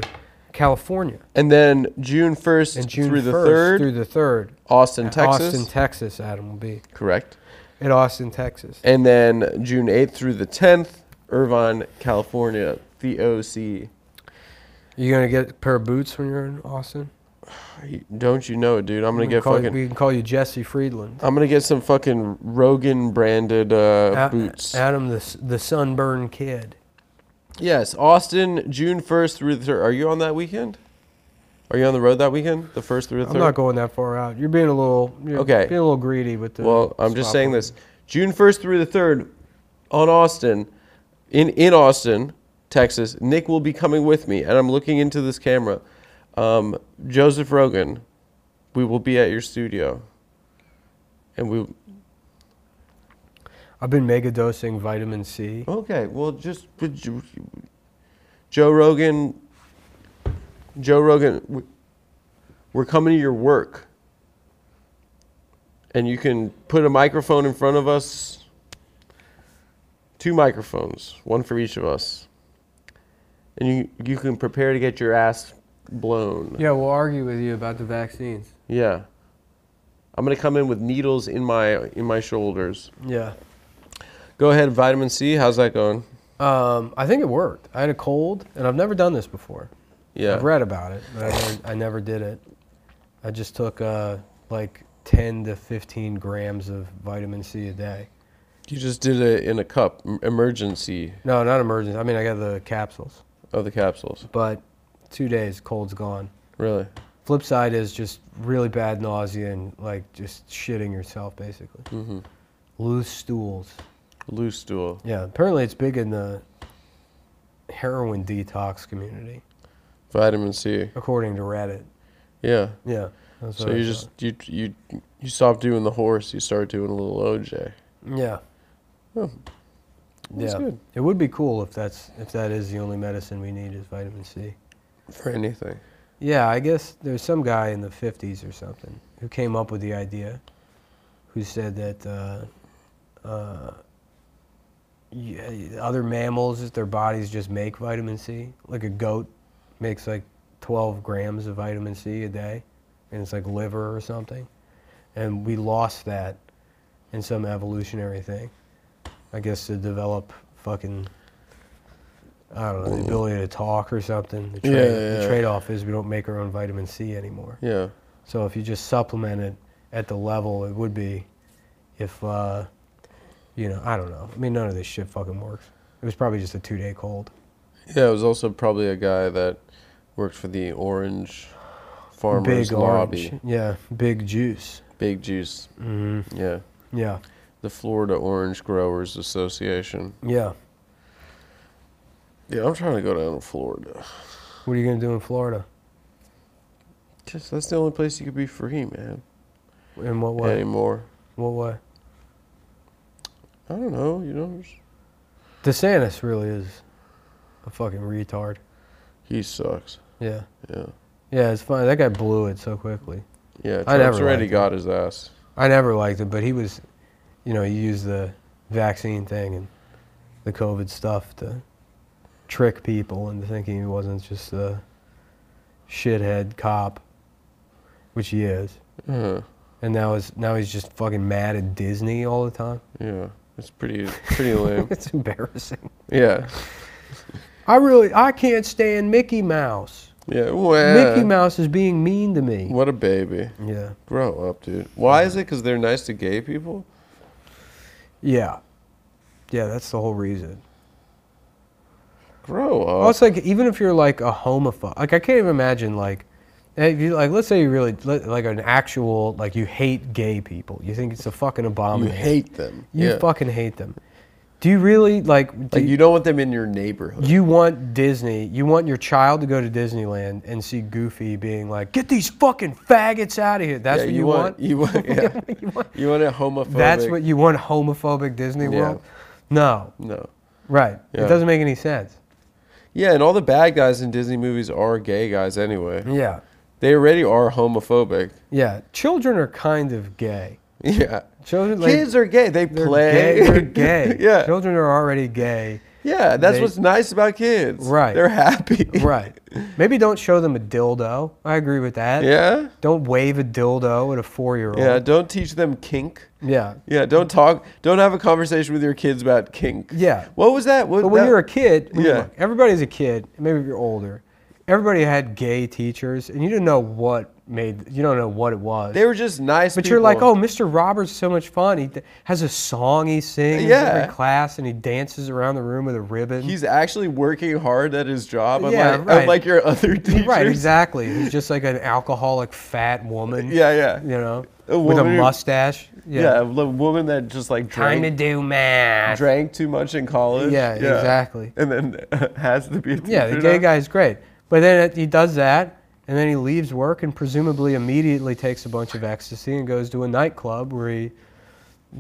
S2: California.
S1: And then June 1st
S2: And June
S1: through the
S2: 1st
S1: 3rd,
S2: through the 3rd.
S1: Austin,
S2: At
S1: Texas.
S2: Austin, Texas, Adam will be.
S1: Correct.
S2: At Austin, Texas.
S1: And then June 8th through the 10th, Irvine, California, the OC.
S2: You going to get a pair of boots when you're in Austin?
S1: Don't you know it, dude? I'm
S2: We
S1: going
S2: can
S1: to get
S2: call you-
S1: fucking.
S2: we can call you Jesse Friedland.
S1: I'm gonna get some fucking Rogan branded uh,
S2: A-
S1: boots.
S2: Adam, the, s- the sunburned kid.
S1: yes, Austin, June first through the third. Are you on that weekend? Are you on the road that weekend? The first through the
S2: I'm
S1: third.
S2: not going that far out. You're being a little you're
S1: Okay.
S2: being a little greedy with the.
S1: Well, I'm just
S2: spot
S1: saying
S2: work.
S1: this. June first through the third, on Austin, in in Austin, Texas. Nick will be coming with me, and I'm looking into this camera. Um, Joseph Rogan, we will be at your studio, and we.
S2: I've been mega dosing vitamin C.
S1: Okay, well, just would you- Joe Rogan. Joe Rogan, w- we're coming to your work, and you can put a microphone in front of us. Two microphones, one for each of us, and you you can prepare to get your ass blown.
S2: Yeah, we'll argue with you about the vaccines.
S1: Yeah. I'm gonna come in with needles in my in my shoulders.
S2: Yeah.
S1: Go ahead, vitamin C. How's that going?
S2: Um, I think it worked. I had a cold, and I've never done this before.
S1: Yeah.
S2: I've read about it, but I never, I never did it. I just took uh, like 10 to 15 grams of vitamin C a day.
S1: You just did it in a cup, m- emergency
S2: No, not emergency. I mean, I got the capsules,
S1: of the capsules.
S2: but two days, cold's gone.
S1: Really?
S2: Flip side is just really bad nausea and like just shitting yourself, basically. Mm-hmm. Loose stools.
S1: Loose stool.
S2: Yeah, apparently it's big in the heroin detox community,
S1: Vitamin C.
S2: according to Reddit.
S1: Yeah.
S2: Yeah. That's
S1: So
S2: what I
S1: you
S2: saw.
S1: just you you you stop doing the horse, you start doing a little OJ.
S2: Yeah.
S1: Oh, that's
S2: yeah.
S1: good.
S2: It would be cool if that's if that is the only medicine we need is vitamin C.
S1: For anything.
S2: Yeah, I guess there's some guy in the 50s or something who came up with the idea, who said that uh, uh, yeah, other mammals, their bodies just make vitamin C. Like a goat makes like 12 grams of vitamin C a day, and it's like liver or something. And we lost that in some evolutionary thing. I guess to develop fucking, I don't know, the ability to talk or something. The, trade,
S1: Yeah, yeah,
S2: the
S1: yeah.
S2: trade off is we don't make our own vitamin C anymore.
S1: Yeah.
S2: So if you just supplement it at the level it would be if, uh, you know, I don't know. I mean, none of this shit fucking works. It was probably just a two day cold.
S1: Yeah, it was also probably a guy that worked for the orange farmers lobby.
S2: orange. Yeah, big juice.
S1: Big juice.
S2: hmm
S1: Yeah.
S2: Yeah,
S1: The Florida Orange Growers Association.
S2: yeah.
S1: Yeah, I'm trying to go down to Florida.
S2: What are you going to do in Florida?
S1: Just that's the only place you could be free, man.
S2: In what way?
S1: Anymore.
S2: What way?
S1: I don't know, you know. just-
S2: DeSantis really is a fucking retard.
S1: He sucks.
S2: Yeah.
S1: Yeah.
S2: Yeah, it's funny. That guy blew it so quickly.
S1: Yeah,
S2: I
S1: Trump's
S2: never
S1: already
S2: liked
S1: got his ass.
S2: I never liked it, but he was, you know, he used the vaccine thing and the COVID stuff to trick people into thinking he wasn't just a shithead cop, which he is.
S1: Uh,
S2: And now is now he's just fucking mad at Disney all the time.
S1: yeah, it's pretty pretty lame.
S2: it's embarrassing.
S1: Yeah,
S2: I really I can't stand Mickey Mouse.
S1: yeah. Well,
S2: Mickey Mouse is being mean to me.
S1: What a baby.
S2: Yeah.
S1: Grow up, dude. Why is it? Because they're nice to gay people.
S2: Yeah. Yeah, that's the whole reason.
S1: Grow up.
S2: Well, it's like even if you're like a homophobe, like I can't even imagine like, if you like let's say you really let- like an actual like you hate gay people, you think it's a fucking
S1: you
S2: abomination.
S1: hate them.
S2: you
S1: yeah.
S2: fucking hate them. Do you really like? Do
S1: Like you don't want them in your neighborhood.
S2: you want Disney, you want your child to go to Disneyland and see Goofy being like, "Get these fucking faggots out of here." That's
S1: yeah,
S2: what
S1: you, want, You want. Yeah. you want. a homophobic.
S2: That's what you want homophobic Disney
S1: Yeah.
S2: World? No.
S1: No.
S2: Right.
S1: Yeah.
S2: It doesn't make any sense.
S1: Yeah, and all the bad guys in Disney movies are gay guys anyway.
S2: Yeah.
S1: They already are homophobic.
S2: Yeah. Children are kind of gay.
S1: Yeah.
S2: Children like,
S1: Kids are gay. They
S2: they're
S1: play.
S2: Gay. They're gay.
S1: yeah.
S2: Children are already gay.
S1: Yeah, that's
S2: They-
S1: what's nice about kids.
S2: Right.
S1: They're happy.
S2: Right. Maybe don't show them a dildo. I agree with that.
S1: Yeah.
S2: Don't wave a dildo at a four year old.
S1: Yeah, don't teach them kink.
S2: Yeah.
S1: Yeah, don't talk. Don't have a conversation with your kids about kink.
S2: Yeah.
S1: What was that? What,
S2: But when
S1: that-
S2: you're a kid, when you-
S1: Yeah.
S2: look, everybody's a kid. Maybe if you're older, everybody had gay teachers, and you didn't know what made you don't know what it was.
S1: they were just nice.
S2: but you're like,
S1: people.
S2: oh, Mr. Roberts is so much fun. He d- has a song he sings
S1: Yeah.
S2: every class, and he dances around the room with a ribbon.
S1: he's actually working hard at his job. Unlike,
S2: Yeah, right.
S1: unlike your other teachers.
S2: right, exactly. He's just like an alcoholic fat woman.
S1: Yeah, yeah.
S2: You know,
S1: A
S2: with a
S1: woman who-
S2: mustache.
S1: Yeah, a lo- woman that just like
S2: Time to
S1: drank,
S2: do math.
S1: drank too much in college.
S2: Yeah, exactly.
S1: And then has to be. A
S2: Yeah, the
S1: teacher
S2: gay
S1: now.
S2: guy's great. But then it, he does that, and then he leaves work and presumably immediately takes a bunch of ecstasy and goes to a nightclub where he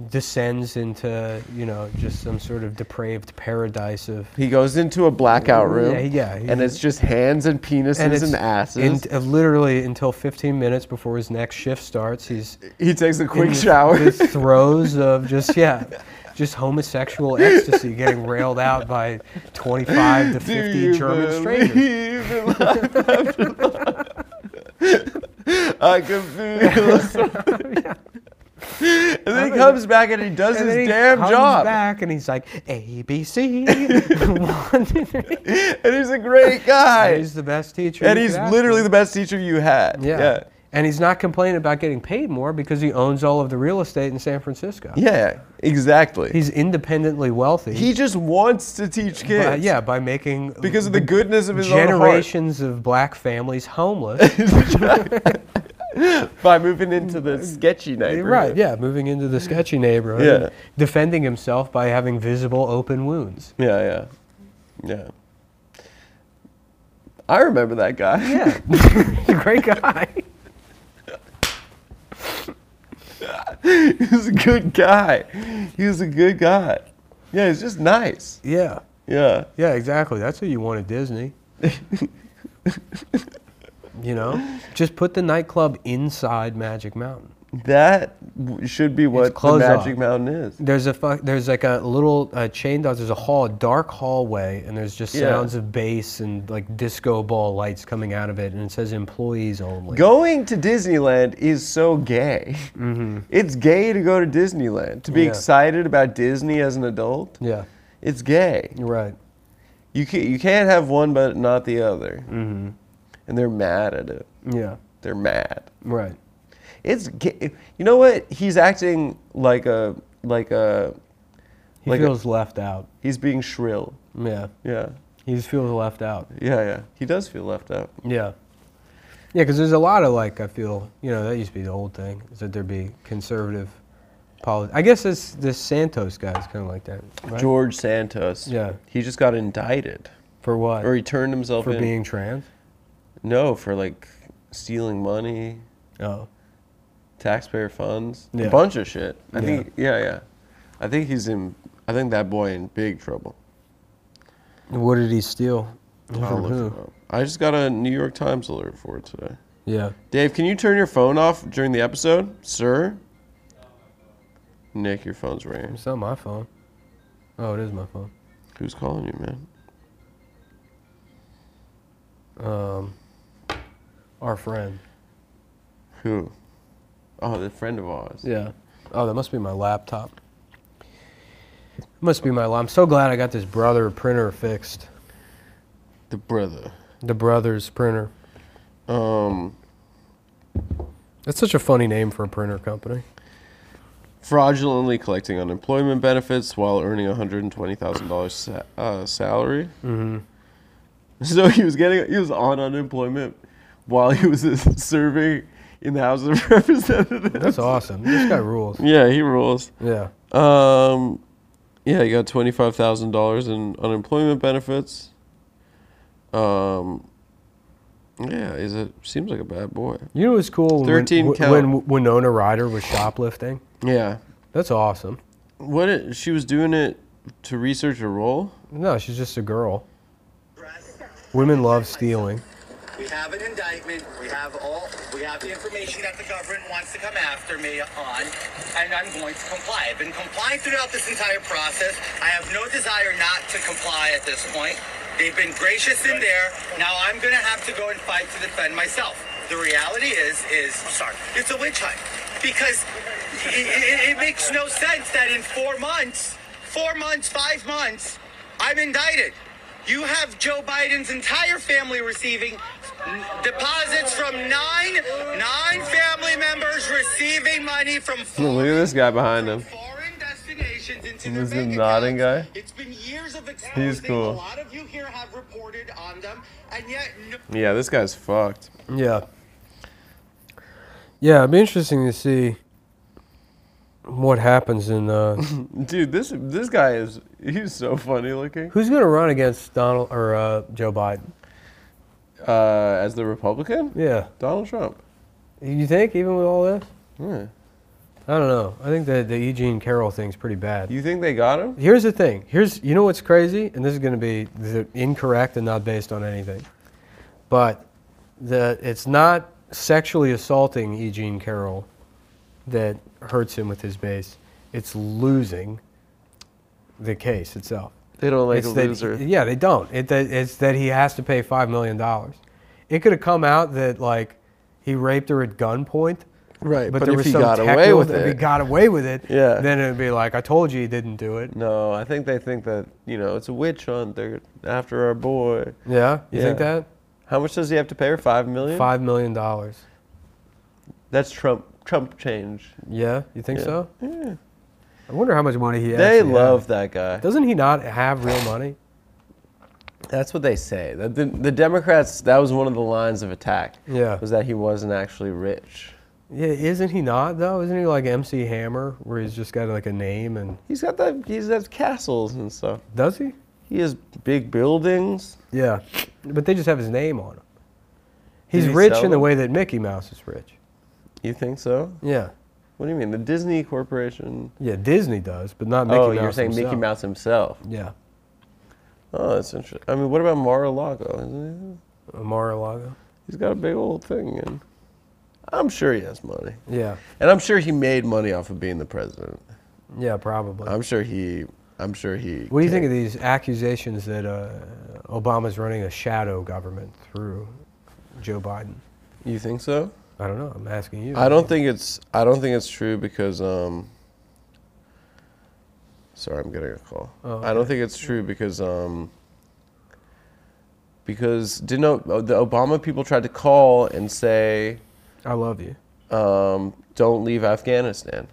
S2: descends into, you know, just some sort of depraved paradise of.
S1: He goes into a blackout room.
S2: Yeah, yeah, he-
S1: and it's just hands and penises and,
S2: it's
S1: asses.
S2: in- uh, literally until 15 minutes before his next shift starts, he's
S1: he takes a
S2: in
S1: quick
S2: the-
S1: shower.
S2: The throes of just yeah, just homosexual ecstasy, getting railed out by 25 to 50 German strangers.
S1: strangers. I can feel something. And then he comes back and he does
S2: And
S1: his
S2: then he
S1: damn
S2: comes
S1: job.
S2: back and he's like A B C. one, two, three."
S1: And he's a great guy.
S2: He's the best teacher.
S1: and
S2: you
S1: he's
S2: could ask
S1: literally
S2: for.
S1: the best teacher you had.
S2: yeah.
S1: Yeah.
S2: And he's not complaining about getting paid more because he owns all of the real estate in San Francisco.
S1: Yeah, exactly.
S2: He's independently wealthy.
S1: he just wants to teach kids.
S2: by, yeah, by making
S1: Because of the goodness of his
S2: generations of black families homeless.
S1: own heart. By moving into the sketchy neighborhood.
S2: right, yeah, moving into the sketchy neighborhood.
S1: Yeah.
S2: Defending himself by having visible open wounds.
S1: Yeah, yeah. Yeah. I remember that guy.
S2: Yeah. Great guy.
S1: he was a good guy. He was a good guy. Yeah, he's just nice.
S2: Yeah.
S1: Yeah.
S2: Yeah, exactly. That's what you want at Disney. you know, just put the nightclub inside Magic Mountain.
S1: That w- should be what the
S2: closed
S1: Magic
S2: off.
S1: Mountain is.
S2: There's a fu- there's like a little uh, chain dogs. There's a hall, a dark hallway, and there's just
S1: Yeah.
S2: sounds of bass and like disco ball lights coming out of it, and it says employees only.
S1: Going to Disneyland is so gay. It's gay to go to Disneyland. To be
S2: Yeah.
S1: excited about Disney as an adult,
S2: Yeah,
S1: it's gay.
S2: you're right.
S1: You can't, you can't have one but not the other. Mm-hmm. And they're mad at it.
S2: Yeah,
S1: They're mad.
S2: right.
S1: It's ga- you know what? He's acting like a like a
S2: He
S1: Like a-
S2: feels left out.
S1: he's being shrill.
S2: Yeah,
S1: Yeah.
S2: he just feels left out.
S1: Yeah, yeah. He does feel left out.
S2: Yeah. Yeah, because there's a lot of like I feel you know that used to be the old thing is that there'd be conservative politics. I guess this this Santos guy is kind of like that. right?
S1: George Santos.
S2: Yeah.
S1: He just got indicted.
S2: for what?
S1: Or he turned himself
S2: for
S1: in.
S2: being trans?
S1: no, for like stealing money,
S2: Oh,
S1: taxpayer funds,
S2: Yeah.
S1: a bunch of shit. I
S2: Yeah.
S1: think yeah, yeah. I think he's in I think that boy in big trouble.
S2: what did he steal?
S1: I'll
S2: From
S1: look
S2: who?
S1: him up. I just got a New York Times alert for it today.
S2: Yeah.
S1: Dave, can you turn your phone off during the episode, sir? Nick, your phone's ringing.
S2: It's not my phone. Oh, it is my phone.
S1: Who's calling you, man?
S2: Um, our friend.
S1: Who? Oh, the friend of ours.
S2: Yeah. Oh, that must be my laptop. Must be my. la- I'm so glad I got this brother printer fixed.
S1: The brother.
S2: The brother's printer.
S1: Um,
S2: That's such a funny name for a printer company.
S1: fraudulently collecting unemployment benefits while earning $120,000 sa- uh, salary. Mm-hmm. So he was getting, he was on unemployment while he was uh, serving in the House of Representatives.
S2: That's awesome. This guy rules.
S1: Yeah, he rules.
S2: Yeah.
S1: Um, yeah, he got twenty five thousand dollars in unemployment benefits. Um, yeah, is it seems like a bad boy.
S2: You know what's cool? When,
S1: 13
S2: when,
S1: count.
S2: when Winona Ryder was shoplifting.
S1: Yeah,
S2: That's awesome.
S1: what it, she was doing it to research a role?
S2: No, she's just a girl. Women love stealing.
S3: We have an indictment. We have all. We have the information that the government wants to come after me on, and I'm going to comply. I've been complying throughout this entire process. I have no desire not to comply at this point. They've been gracious in there. Now I'm going to have to go and fight to defend myself. The reality is, is I'm sorry, it's a witch hunt because it, it, it makes no sense that in four months, four months, five months, I'm indicted. You have Joe Biden's entire family receiving deposits from nine nine family members receiving money from
S1: Look at
S3: foreign,
S1: this guy behind him.
S3: foreign destinations into
S1: This
S3: their bank
S1: nodding
S3: accounts.
S1: guy?
S3: It's been years of
S1: He's
S3: exposing.
S1: cool.
S3: A lot of you here have reported on them, and yet no.
S1: Yeah, this guy's fucked.
S2: Yeah. Yeah, it'd be interesting to see what happens in. Uh,
S1: Dude, this this guy is he's so funny looking.
S2: who's going to run against Donald or uh, Joe Biden?
S1: Uh, as the Republican?
S2: Yeah.
S1: Donald Trump.
S2: You think, even with all this?
S1: Yeah.
S2: I don't know. I think the, the Eugene Carroll thing's pretty bad.
S1: You think they got him?
S2: Here's the thing. Here's you know what's crazy, and this is going to be this is incorrect and not based on anything, but the it's not sexually assaulting E. Jean Carroll that hurts him with his base. It's losing the case itself.
S1: They don't like
S2: It's
S1: a
S2: that-
S1: loser.
S2: yeah, they don't. It, that- it's that he has to pay five million dollars. It could have come out that like he raped her at gunpoint.
S1: Right,
S2: But,
S1: but
S2: there
S1: if
S2: was
S1: he
S2: some
S1: got away
S2: technical-
S1: with
S2: If he
S1: it.
S2: got away with it,
S1: Yeah.
S2: then it would be like, I told you he didn't do it.
S1: No, I think they think that you know it's a witch hunt. They're after our boy.
S2: Yeah, you think
S1: Yeah.
S2: that?
S1: How much does he have to pay her? Five million.
S2: Five million dollars.
S1: That's Trump. Trump change.
S2: Yeah, you think
S1: Yeah.
S2: so? Yeah. I wonder how much money he has.
S1: they love that guy.
S2: Doesn't he not have real money?
S1: That's what they say. The, the, the Democrats. That was one of the lines of attack.
S2: Yeah.
S1: Was that he wasn't actually rich.
S2: Yeah, isn't he not though? Isn't he like MC Hammer, where he's just got like a name and
S1: He's got that. He's got castles and stuff.
S2: does he?
S1: He has big buildings.
S2: Yeah, but they just have his name on him. He's
S1: he
S2: rich
S1: sell
S2: in the
S1: them?
S2: way that Mickey Mouse is rich.
S1: You think so?
S2: Yeah,
S1: What do you mean? The Disney Corporation.
S2: yeah, Disney does, but not Mickey
S1: oh,
S2: Mouse.
S1: you're saying
S2: himself.
S1: Mickey Mouse himself.
S2: Yeah,
S1: Oh, that's interesting. I mean, what about Mar-a-Lago? Isn't he?
S2: Mar-a-Lago.
S1: He's got a big old thing, and I'm sure he has money.
S2: Yeah,
S1: And I'm sure he made money off of being the president.
S2: yeah, probably.
S1: I'm sure he. I'm sure he.
S2: What do you
S1: ca-
S2: think of these accusations that uh, Obama's running a shadow government through Joe Biden?
S1: You think so?
S2: I don't know. I'm asking you.
S1: I don't think it's. I don't think it's true because. um Sorry, I'm getting a call.
S2: Oh,
S1: I don't think it's true because. um Because didn't O- oh, the Obama people tried to call and say,
S2: I love you.
S1: um, "Don't leave Afghanistan."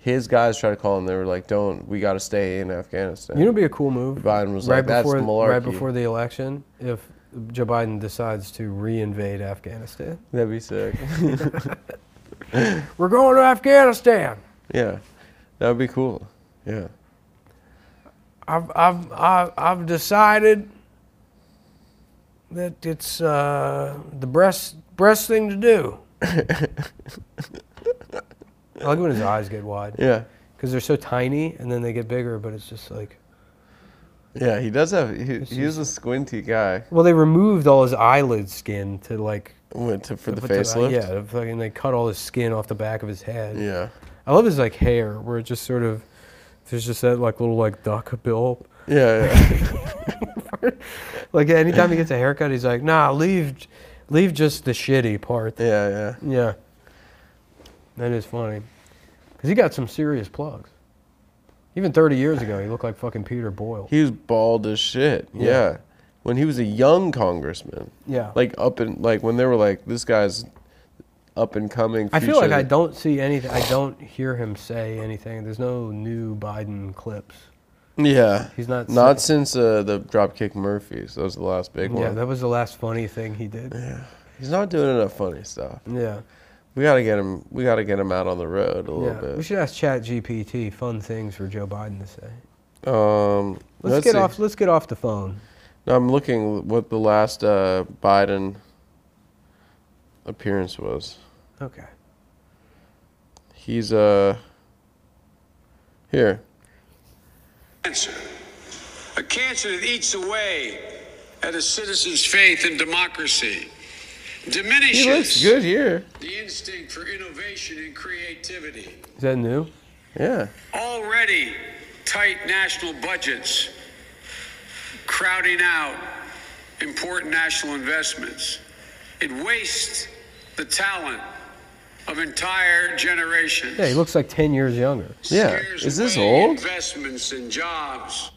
S1: His guys tried to call and they were like, "Don't. We got to stay in Afghanistan."
S2: You know, it'd be a cool move.
S1: Biden was like, "That's
S2: before, Right
S1: malarkey."
S2: before the election, if Joe Biden decides to reinvade Afghanistan,
S1: That'd be sick.
S2: we're going to Afghanistan.
S1: Yeah, that would be cool. Yeah,
S2: I've I've I've, I've decided that it's uh, the breast breast thing to do. I like when his eyes get wide.
S1: yeah,
S2: because they're so tiny and then they get bigger but it's just like
S1: yeah. He does have. He, he is a squinty guy.
S2: well they removed all his eyelid skin to like
S1: Went to for the
S2: put the-
S1: facelift.
S2: yeah to fucking they cut all his skin off the back of his head
S1: yeah,
S2: i love his like hair where it just sort of there's just that like little like duck bill
S1: yeah. yeah.
S2: like anytime he gets a haircut he's like nah leave leave just the shitty part
S1: yeah, yeah.
S2: yeah that is funny because he got some serious plugs even 30 years ago he looked like fucking peter boyle
S1: He was bald as shit. Yeah. when he was a young congressman.
S2: Yeah.
S1: like up and like when they were like, this guy's up and coming.
S2: I feel like I
S1: future-
S2: don't see anything. I don't hear him say anything. There's no new Biden clips.
S1: Yeah,
S2: He's not
S1: Not since uh, the Dropkick Murphys. That was the last big
S2: Yeah,
S1: one.
S2: that was the last funny thing he did. Yeah.
S1: He's not doing enough funny stuff. We gotta get him. We gotta get him out on the road a little
S2: Yeah.
S1: bit.
S2: We should ask Chat GPT fun things for Joe Biden to say.
S1: um,
S2: Let's, get
S1: see.
S2: off let's get off the phone.
S1: No, I'm looking what the last uh, Biden appearance was.
S2: Okay.
S1: He's uh here.
S4: cancer. A cancer that eats away at a citizen's faith in democracy, diminishes
S1: He looks good here.
S4: the instinct for innovation and creativity.
S2: Is that new?
S1: Yeah.
S4: Already tight national budgets, crowding out important national investments. It wastes the talent of entire generations.
S2: Yeah, he looks like 10 years younger.
S1: Yeah.
S4: Scares
S1: Is this
S4: away
S1: old?
S4: Investments and jobs.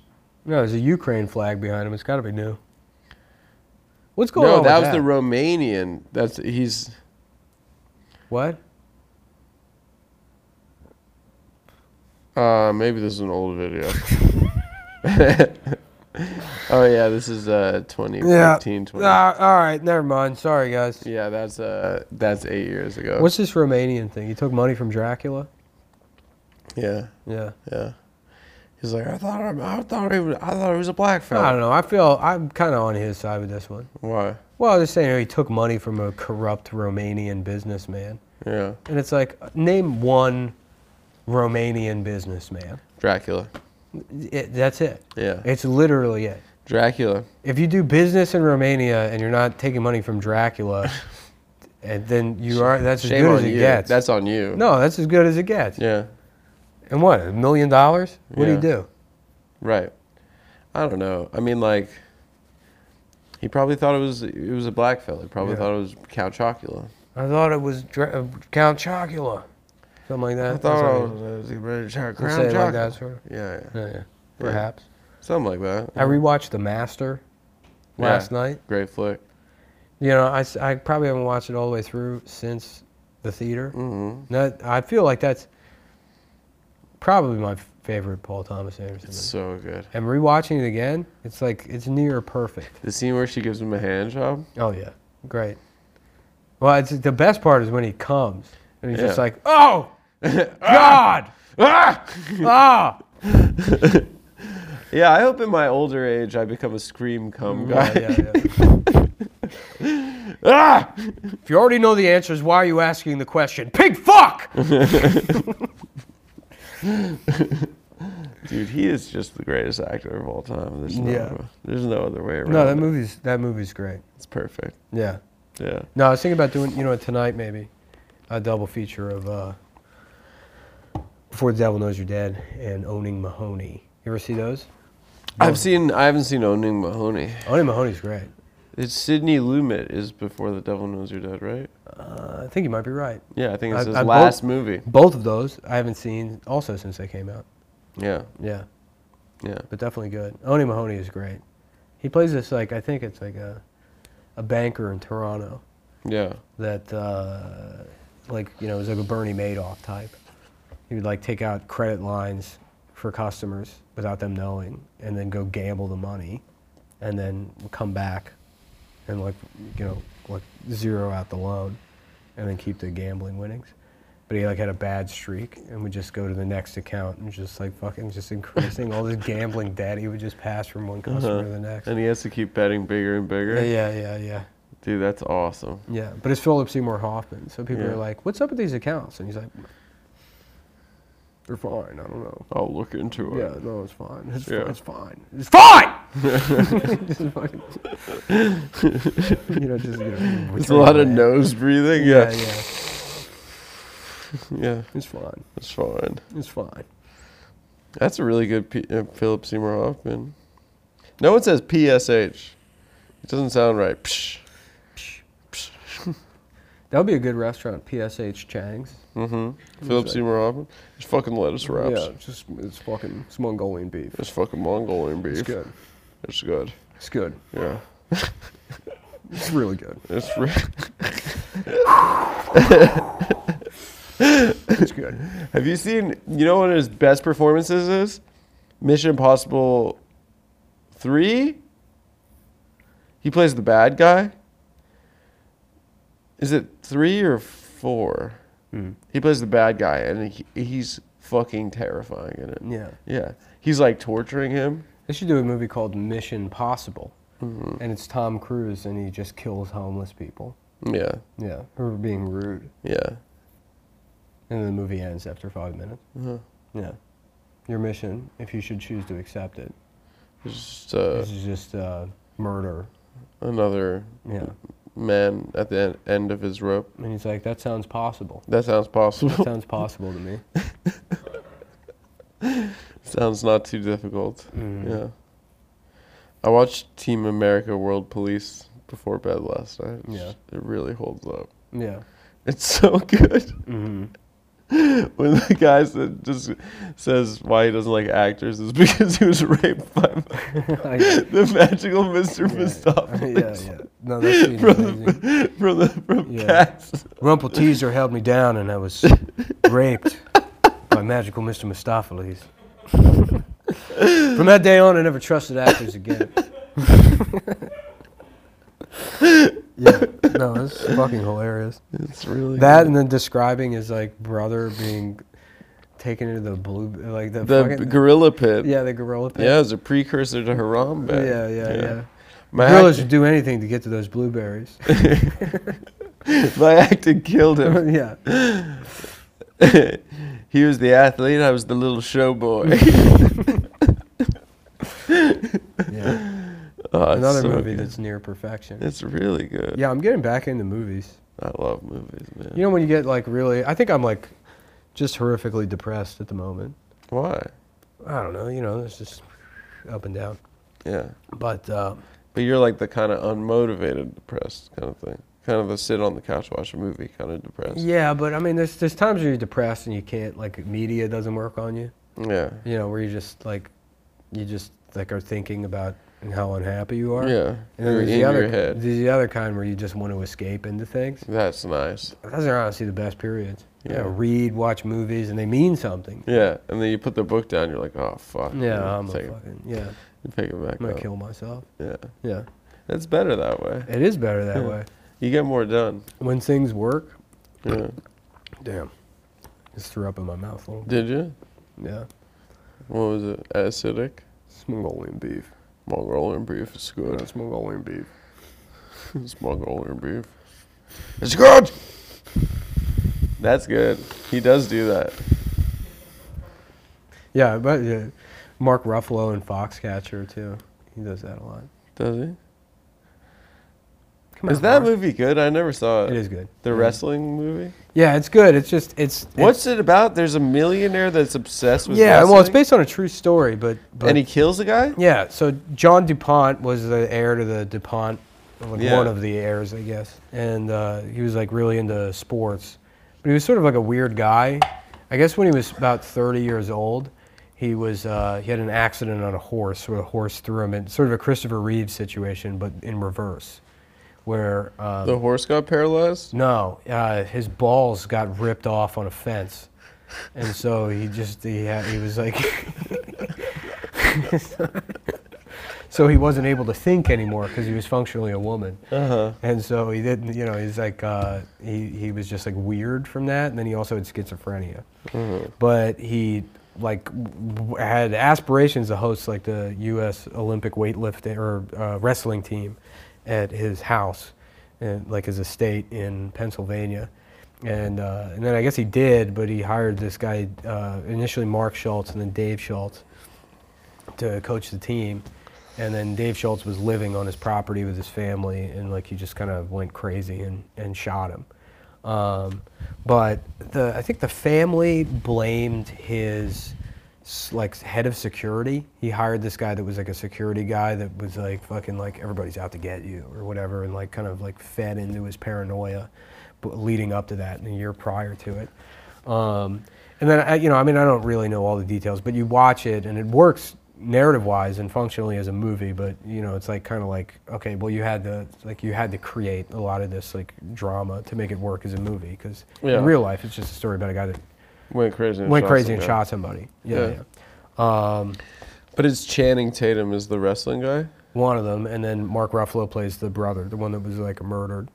S2: No, there's a Ukraine flag behind him. It's got to be new. What's going
S1: No,
S2: on?
S1: that was
S2: with
S1: the Romanian. That's he's
S2: What?
S1: uh maybe this is an old video. oh yeah, this is uh 2014, 20.
S2: Ah, all right, never mind. Sorry, guys.
S1: Yeah, that's uh that's 8 years ago.
S2: What's this Romanian thing? He took money from Dracula?
S1: yeah.
S2: Yeah.
S1: Yeah. He's like, I thought I'm, I thought he was, I thought he was a black fella.
S2: I don't know. I feel I'm kind of on his side with this one.
S1: Why?
S2: Well, they're saying oh, he took money from a corrupt Romanian businessman.
S1: Yeah.
S2: And it's like, name one Romanian businessman.
S1: Dracula.
S2: It, that's it.
S1: Yeah.
S2: It's literally it.
S1: Dracula.
S2: If you do business in Romania and you're not taking money from Dracula, and then you are that's as
S1: Shame
S2: good as
S1: on
S2: it
S1: you.
S2: gets.
S1: That's on you.
S2: no, that's as good as it gets.
S1: Yeah.
S2: And what, a million dollars? What do
S1: Yeah.
S2: you do?
S1: Right. I don't know. I mean, like, he probably thought it was it was a black fella. He probably
S2: Yeah.
S1: thought it was Count Chocula.
S2: I thought it was Dra- uh, Count Chocula, something like that.
S1: I thought
S2: That's
S1: I
S2: what
S1: was, it was the British Crown
S2: I say it like
S1: Chocula.
S2: that, sort of.
S1: yeah, yeah.
S2: Yeah, yeah, perhaps.
S1: something like that.
S2: I rewatched The Master
S1: Yeah.
S2: last night.
S1: Great flick.
S2: You know, I, s- I probably haven't watched it all the way through since the theater. Mm-hmm. That, I feel like that's probably my f- favorite Paul Thomas Anderson. movie.
S1: So good.
S2: and rewatching it again, it's like it's near perfect.
S1: The scene where she gives him a hand job.
S2: Oh yeah, great. Well, it's the best part is when he comes and he's just
S1: Yeah.
S2: like, "Oh God,
S1: Ah!
S2: ah!"
S1: Yeah, I hope in my older age I become a scream cum guy.
S2: Yeah, yeah, yeah.
S1: ah!
S2: if you already know the answers, why are you asking the question? Pig fuck!
S1: Dude, he is just the greatest actor of all time. There's no,
S2: Yeah.
S1: there's no other way around.
S2: no,
S1: it.
S2: that movie's that movie's great.
S1: It's perfect.
S2: Yeah.
S1: Yeah.
S2: No, I was thinking about doing, you know, tonight maybe a double feature of uh, Before the Devil Knows You're Dead and Owning Mahoney. You ever see those?
S1: I've seen. I haven't seen Owning Mahoney.
S2: Owning Mahoney's great.
S1: It's Sidney Lumet is before the Devil Knows You're Dead, right?
S2: Uh, I think you might be right.
S1: Yeah, I think
S2: I-
S1: it's his
S2: I both-
S1: last movie.
S2: Both of those I haven't seen also since they came out.
S1: Yeah,
S2: Yeah,
S1: yeah.
S2: but definitely good. Oni Mahoney is great. He plays this like I think it's like a a banker in Toronto
S1: Yeah.
S2: that uh, like you know is like a Bernie Madoff type. He would like take out credit lines for customers without them knowing, and then go gamble the money, and then come back and like you know like zero out the loan, and then keep the gambling winnings. But he like had a bad streak and would just go to the next account and just like fucking just increasing all this gambling debt. He would just pass from one customer to the next.
S1: And he has to keep betting bigger and bigger.
S2: Yeah, yeah, yeah, yeah.
S1: Dude, that's awesome.
S2: Yeah, but it's Philip Seymour Hoffman. So people
S1: Yeah.
S2: are like, "What's up with these accounts?" And he's like, "They're fine. I don't know.
S1: I'll look into it.
S2: Yeah, no, it's fine. It's,
S1: Yeah.
S2: fine. it's fine. It's fine." Just fucking- you know, just you know,
S1: There's a
S2: return
S1: lot of
S2: land.
S1: nose breathing.
S2: Yeah,
S1: Yeah,
S2: yeah.
S1: yeah.
S2: It's fine.
S1: That's fine.
S2: It's fine.
S1: That's a really good P- uh, Philip Seymour Hoffman. No one says PSH. It doesn't sound right. Psh.
S2: That would be a good restaurant. PSH Chang's.
S1: Philip Seymour Hoffman. It's fucking lettuce wraps.
S2: Yeah, it's just it's fucking it's Mongolian beef.
S1: It's fucking Mongolian beef.
S2: It's good.
S1: It's good.
S2: It's good.
S1: Yeah.
S2: It's really good.
S1: It's re-
S2: It's good.
S1: Have you seen? You know what his best performances is? Mission Impossible Three. He plays the bad guy. Is it three or four? He plays the bad guy, and he, he's fucking terrifying in it.
S2: Yeah.
S1: Yeah. He's like torturing him.
S2: They should do a movie called Mission Possible, and it's Tom Cruise, and he just kills homeless people.
S1: Yeah.
S2: Yeah, who are being rude,
S1: Yeah.
S2: Uh-huh. and then the movie ends after five minutes. Yeah, your mission if you should choose to accept it.
S1: Just uh,
S2: This is just uh, murder.
S1: another
S2: Yeah.
S1: man at the en- end of his rope.
S2: And he's like, that sounds possible.
S1: That sounds possible.
S2: That sounds possible to me.
S1: Sounds not too difficult.
S2: Mm.
S1: Yeah. I watched Team America World Police before bed last night. It's
S2: Yeah.
S1: just- It really holds up.
S2: Yeah.
S1: It's so good.
S2: Mm-hmm.
S1: when the guy said, just says why he doesn't like actors is because he was raped by
S2: yeah.
S1: the magical Mr.
S2: yeah,
S1: Mistopheles
S2: yeah. No, that scene's amazing.
S1: from the from
S2: Yeah.
S1: Cats.
S2: Rumple Teaser held me down and I was raped by magical Mr. Mistopheles. From that day on, I never trusted actors again. yeah, no, that's fucking hilarious.
S1: It's really
S2: That
S1: good.
S2: and then describing his like brother being taken into the blue, like the,
S1: the
S2: fucking,
S1: gorilla pit.
S2: yeah, the gorilla pit.
S1: Yeah, it was a precursor to Harambe.
S2: yeah, yeah, yeah.
S1: My
S2: Gorillas
S1: act-
S2: would do anything to get to those blueberries.
S1: my acting killed him.
S2: yeah.
S1: he was the athlete. I was the little show boy.
S2: yeah.
S1: Oh, it's
S2: Another
S1: so
S2: movie
S1: good.
S2: that's near perfection.
S1: it's really good.
S2: Yeah, I'm getting back into movies.
S1: I love movies, man.
S2: You know, when you get like really, I think I'm like just horrifically depressed at the moment.
S1: why?
S2: I don't know, you know, it's just up and down.
S1: Yeah,
S2: But uh,
S1: but you're like the kind of unmotivated, depressed kind of thing. Kind of the sit on the couch watch a movie kind of depressed.
S2: yeah, but I mean, there's there's times where you're depressed and you can't like media doesn't work on you.
S1: Yeah.
S2: You know, where you just like, you just like are thinking about how unhappy you are.
S1: Yeah,
S2: And then
S1: you're
S2: there's
S1: in
S2: the
S1: your
S2: other
S1: head.
S2: there's the other kind where you just want to escape into things.
S1: That's nice.
S2: Those are honestly the best periods. Yeah.
S1: Yeah.
S2: read, watch movies, and they mean something.
S1: Yeah, and then you put the book down. You're like, oh fuck.
S2: Yeah, I'm a
S1: Take it-
S2: fucking yeah.
S1: you pick it back
S2: I'm gonna
S1: up.
S2: kill myself.
S1: Yeah,
S2: Yeah.
S1: that's better that way.
S2: It is better that
S1: Yeah.
S2: way.
S1: You get more done.
S2: When things work,
S1: Yeah.
S2: damn. Just threw up in my mouth a little bit.
S1: Did you?
S2: Yeah.
S1: What was it? Acidic.
S2: It's Mongolian beef.
S1: Mongolian beef is good.
S2: That's Mongolian beef.
S1: It's Mongolian beef. It's good. That's good. He does do that.
S2: Yeah, but yeah. Mark Ruffalo and Foxcatcher too. He does that a lot.
S1: Does he?
S2: Come
S1: Is
S2: on,
S1: that
S2: Mark.
S1: movie good? I never saw it.
S2: It is good.
S1: The wrestling movie.
S2: Yeah, it's good. It's just it's it's-
S1: What's it about? There's a millionaire that's obsessed with.
S2: yeah. Well, it's
S1: wrestling,
S2: based on a true story, but, but
S1: And he kills a guy.
S2: Yeah, so John DuPont was the heir to the DuPont, like
S1: Yeah.
S2: one of the heirs, I guess. And uh, he was like really into sports. But he was sort of like a weird guy. I guess when he was about 30 years old, he was uh, he had an accident on a horse where a horse threw him in sort of a Christopher Reeve situation, but in reverse, where um,
S1: The horse got paralyzed.
S2: no, uh, his balls got ripped off on a fence, and so he just he had, he was like, so he wasn't able to think anymore because he was functionally a woman, uh-huh. and so he didn't. You know, he's like uh, he he was just like weird from that, and then he also had schizophrenia, but he like w- w- had aspirations to host like the U.S. Olympic weightlifting or uh, wrestling team at his house and like his estate in Pennsylvania. And uh, and then I guess he did, but he hired this guy uh, initially Mark Schultz and then Dave Schultz to coach the team. And then Dave Schultz was living on his property with his family, and like he just kind of went crazy and, and shot him. Um, but the I think the family blamed his s- like head of security. He hired this guy that was like a security guy that was like fucking like everybody's out to get you or whatever, and like kind of like fed into his paranoia, b- leading up to that and the year prior to it. Um, and then I, you know, I mean, I don't really know all the details, but you watch it and it works narrative-wise and functionally as a movie. But you know, it's like kind of like okay, well, you had to like you had to create a lot of this like drama to make it work as a movie because
S1: Yeah.
S2: in real life it's just a story about a guy that
S1: Went crazy. And
S2: went
S1: shot
S2: crazy and
S1: somebody.
S2: shot somebody. Yeah,
S1: Yeah.
S2: yeah.
S1: But it's Channing Tatum is the wrestling guy.
S2: one of them, and then Mark Ruffalo plays the brother, the one that was like murdered.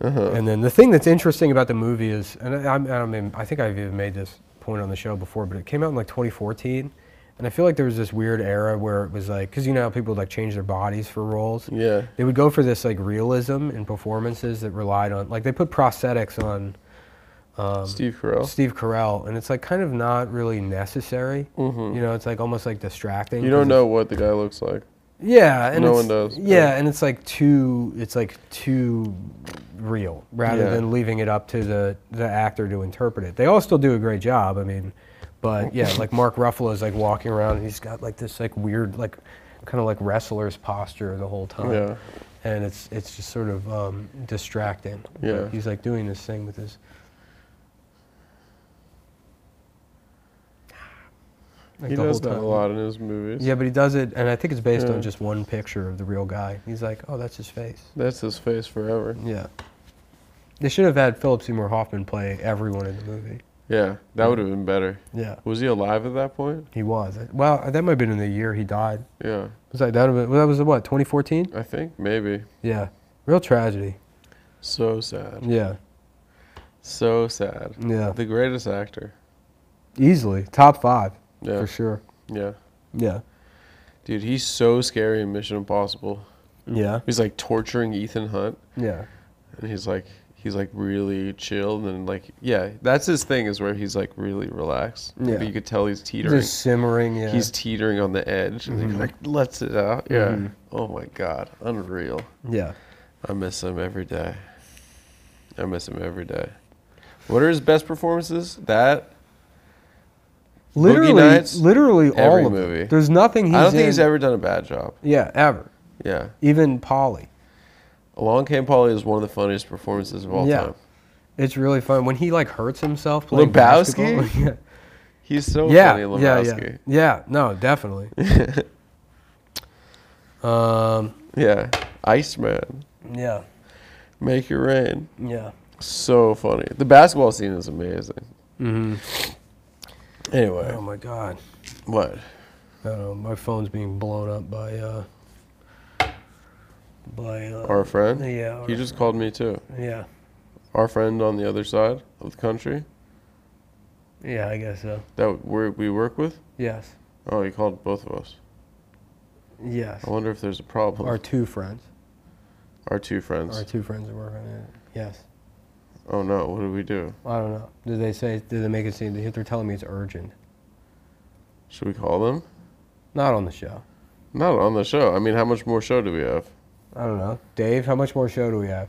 S1: Uh-huh.
S2: And then the thing that's interesting about the movie is, and I, I'm- I mean, I think I've even made this point on the show before, but it came out in like 2014, and I feel like there was this weird era where it was like, because you know how people would like change their bodies for roles.
S1: Yeah.
S2: They would go for this like realism in performances that relied on, like they put prosthetics on
S1: Steve Carell.
S2: Steve Carell, and it's like kind of not really necessary. You know, it's like almost like distracting.
S1: Mm-hmm. you don't
S2: 'cause
S1: know what the guy looks like.
S2: it's- Yeah, and
S1: no
S2: it's-
S1: one does,
S2: Yeah,
S1: yeah.
S2: and it's like too. It's like too real rather
S1: Yeah.
S2: than leaving it up to the the actor to interpret it. They all still do a great job. I mean, but yeah, like Mark Ruffalo is like walking around and he's got like this like weird like kind of like wrestler's posture the whole time.
S1: Yeah.
S2: And it's it's just sort of um, distracting. Like,
S1: Yeah.
S2: he's like doing this thing with his. Like
S1: He
S2: the
S1: does
S2: whole
S1: that a
S2: time.
S1: lot in his movies.
S2: Yeah, but he does it, and I think it's based
S1: Yeah.
S2: on just one picture of the real guy. He's like, oh, that's his face.
S1: That's his face forever.
S2: Yeah. They should have had Philip Seymour Hoffman play everyone in the movie.
S1: Yeah, that would have
S2: Mm-hmm.
S1: been better.
S2: Yeah.
S1: Was he alive at that point?
S2: He was. Well, that might have been in the year he died.
S1: Yeah,
S2: Was that, that, well, that was what, 2014?
S1: I think maybe.
S2: Yeah. Real tragedy.
S1: So sad.
S2: Yeah.
S1: So sad.
S2: Yeah.
S1: The greatest actor.
S2: Easily. Top five.
S1: Yeah.
S2: For sure.
S1: Yeah.
S2: Yeah.
S1: Dude, he's so scary in Mission Impossible.
S2: Yeah.
S1: He's like torturing Ethan Hunt,
S2: Yeah.
S1: and he's like, he's like really chilled and like, yeah, that's his thing is where he's like really relaxed.
S2: Yeah.
S1: But you could tell he's teetering.
S2: Just simmering. Yeah. Mm-hmm.
S1: He's teetering on the edge, and he like lets it out. Yeah. Oh my God, unreal.
S2: yeah.
S1: I miss him every day. I miss him every day. What are his best performances? That
S2: Literally,
S1: Nights,
S2: literally all
S1: every
S2: of them.
S1: movie.
S2: There's nothing he's
S1: I don't think he's
S2: in-
S1: ever done a bad job.
S2: Yeah, ever.
S1: Yeah.
S2: Even Polly.
S1: Along Came Polly is one of the funniest performances of all
S2: yeah.
S1: time.
S2: It's really fun when he like hurts himself playing
S1: Lebowski?
S2: basketball.
S1: He's so
S2: yeah,
S1: funny,
S2: yeah,
S1: Lebowski.
S2: yeah, yeah, yeah. No, definitely. um,
S1: Yeah. Iceman.
S2: yeah,
S1: Make Your Rain.
S2: yeah.
S1: So funny. The basketball scene is amazing. Mm-hmm. Anyway,
S2: Oh my god,
S1: what?
S2: I don't know. My phone's being blown up by uh, by uh,
S1: Our friend?
S2: Yeah, our
S1: He just called me too.
S2: yeah,
S1: Our friend on the other side of the country
S2: yeah. I guess so.
S1: that we we work with?
S2: Yes,
S1: Oh, he called both of us.
S2: yes.
S1: I wonder if there's a problem.
S2: Our two friends.
S1: Our two friends.
S2: Our two friends are working on it. Yes.
S1: oh no, what do we do?
S2: I don't know. Did they say? Did they make it seem? They're telling me it's urgent.
S1: Should we call them?
S2: Not on the show.
S1: Not on the show. I mean, how much more show do we have?
S2: I don't know. Dave, how much more show do we have?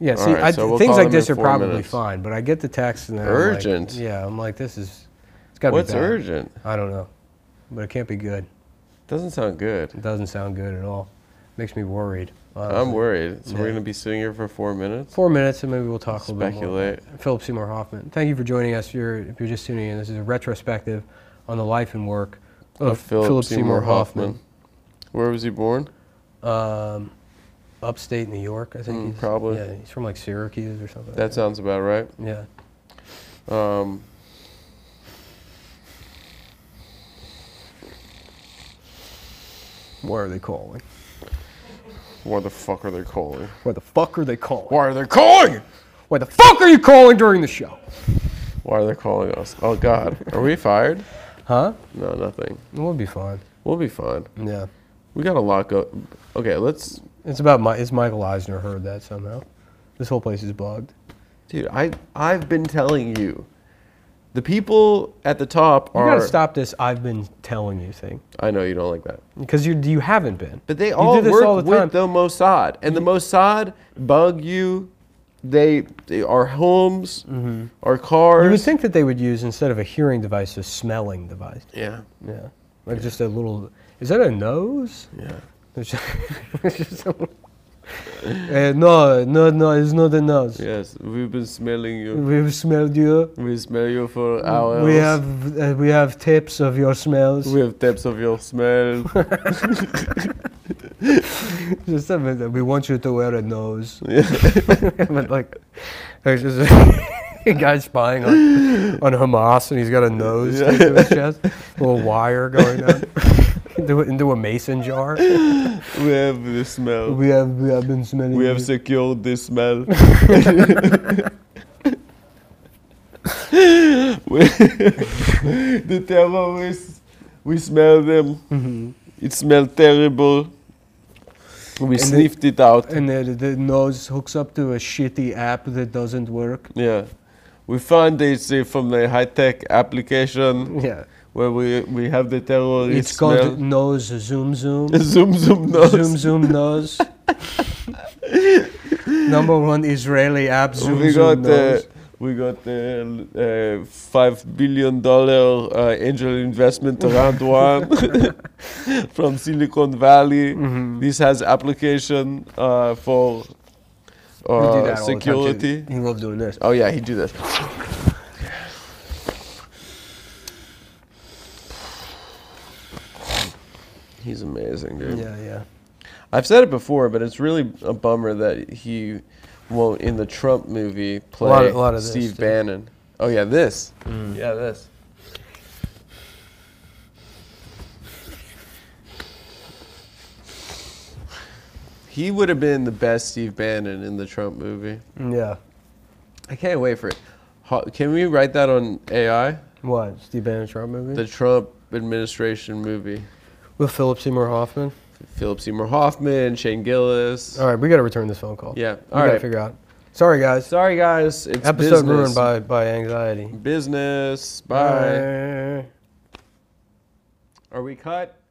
S2: Yeah,
S1: All
S2: see,
S1: right,
S2: I,
S1: so we'll
S2: things
S1: call
S2: like
S1: them in
S2: this are
S1: four
S2: probably
S1: minutes.
S2: fine, but I get the text and then I'm like-
S1: Urgent?
S2: yeah, I'm like, this is. It's got to be
S1: What's
S2: bad.
S1: urgent?
S2: I don't know, but it can't be good.
S1: Doesn't sound
S2: It
S1: good.
S2: doesn't sound good at all. Makes me worried.
S1: I'm
S2: honestly.
S1: worried. So we're
S2: Uh, Yeah.
S1: gonna be sitting here for four minutes.
S2: Four minutes, and maybe we'll talk a little bit more. about
S1: Speculate.
S2: it. Philip Seymour Hoffman. Thank you for joining us. If you're, if you're just tuning in, this is a retrospective on the life and work of,
S1: Philip, Seymour Hoffman. Where was he born?
S2: um, upstate New York. I think
S1: Mm,
S2: he's,
S1: probably.
S2: Yeah, he's from like Syracuse or something.
S1: That sounds about right.
S2: yeah.
S1: Um,
S2: Why are they calling?
S1: why the fuck are they calling?
S2: Why the fuck are they calling?
S1: Why are they calling?
S2: Why the fuck are you calling during the show?
S1: Why are they calling us? Oh God, are we fired?
S2: Huh?
S1: No, nothing.
S2: It would be fine.
S1: We'll be fine.
S2: Yeah.
S1: We got a lot go. Okay, let's.
S2: It's about my. It's Michael Eisner heard that somehow. This whole place is bugged.
S1: Dude, I I've been telling you, the people at the top
S2: You
S1: are.
S2: gotta stop this. I've been telling you thing
S1: I know you don't like that.
S2: because you you haven't been.
S1: But they
S2: You
S1: all
S2: do this
S1: work
S2: all the time.
S1: with the Mossad, and the Mossad bug you. They, they our homes, our cars.
S2: Mm-hmm. You would think that they would use instead of a hearing device, a smelling device.
S1: yeah,
S2: Yeah. Like just a little. Is that a nose?
S1: yeah.
S2: It's just- it's just a- Eh, no, no, no, it's not a nose.
S1: Yes, we've been smelling you.
S2: We've smelled you.
S1: We smell you for hours.
S2: Mm-hmm. We have uh, we have tips of your smells.
S1: we have tips of your smell.
S2: Just a minute, we want you to wear a nose.
S1: Yeah.
S2: but like, there's just a guy spying on, on Hamas, and he's got a nose
S1: Yeah.
S2: taped to his chest, a little wire going down into, a- into a mason jar.
S1: we have the smell.
S2: We have we have been smelling.
S1: We have
S2: you.
S1: secured this smell. We- the
S2: Mm-hmm.
S1: terrorists, we smell them. It smells terrible. We
S2: the-
S1: sniffed it out.
S2: and the, the nose hooks up to a shitty app that doesn't work.
S1: yeah. We found this uh, from the high tech application
S2: Yeah.
S1: where we, we have the terrorist.
S2: It's called
S1: smell.
S2: nose zoom zoom.
S1: Zoom Zoom Nose.
S2: Zoom zoom nose. Number one Israeli app zoom
S1: we
S2: zoom
S1: got uh,
S2: nose.
S1: we got uh, uh, five billion dollar uh, angel investment round one from Silicon Valley.
S2: Mm-hmm.
S1: This has application uh, for
S2: We
S1: uh,
S2: do that all the time, too.
S1: security.
S2: You love doing this.
S1: Oh yeah, he do this. He's amazing, dude.
S2: Yeah, yeah.
S1: I've said it before, but it's really a bummer that he won't in the Trump movie play
S2: lot- a lot of this,
S1: Steve
S2: too.
S1: Bannon. Oh yeah, this. Yeah, this. He would have been the best Steve Bannon in the Trump movie.
S2: Yeah.
S1: I can't wait for it. Ho- Can we write that on AI?
S2: What? Steve Bannon Trump movie?
S1: The Trump administration movie.
S2: With Philip Seymour Hoffman?
S1: Philip Seymour Hoffman, Shane Gillis.
S2: All right, we got to return this phone call.
S1: Yeah,
S2: We
S1: all
S2: got to
S1: right.
S2: figure out. Sorry, guys.
S1: Sorry guys, it's
S2: Episode
S1: business.
S2: ruined by, by anxiety.
S1: business. Bye. Are we cut?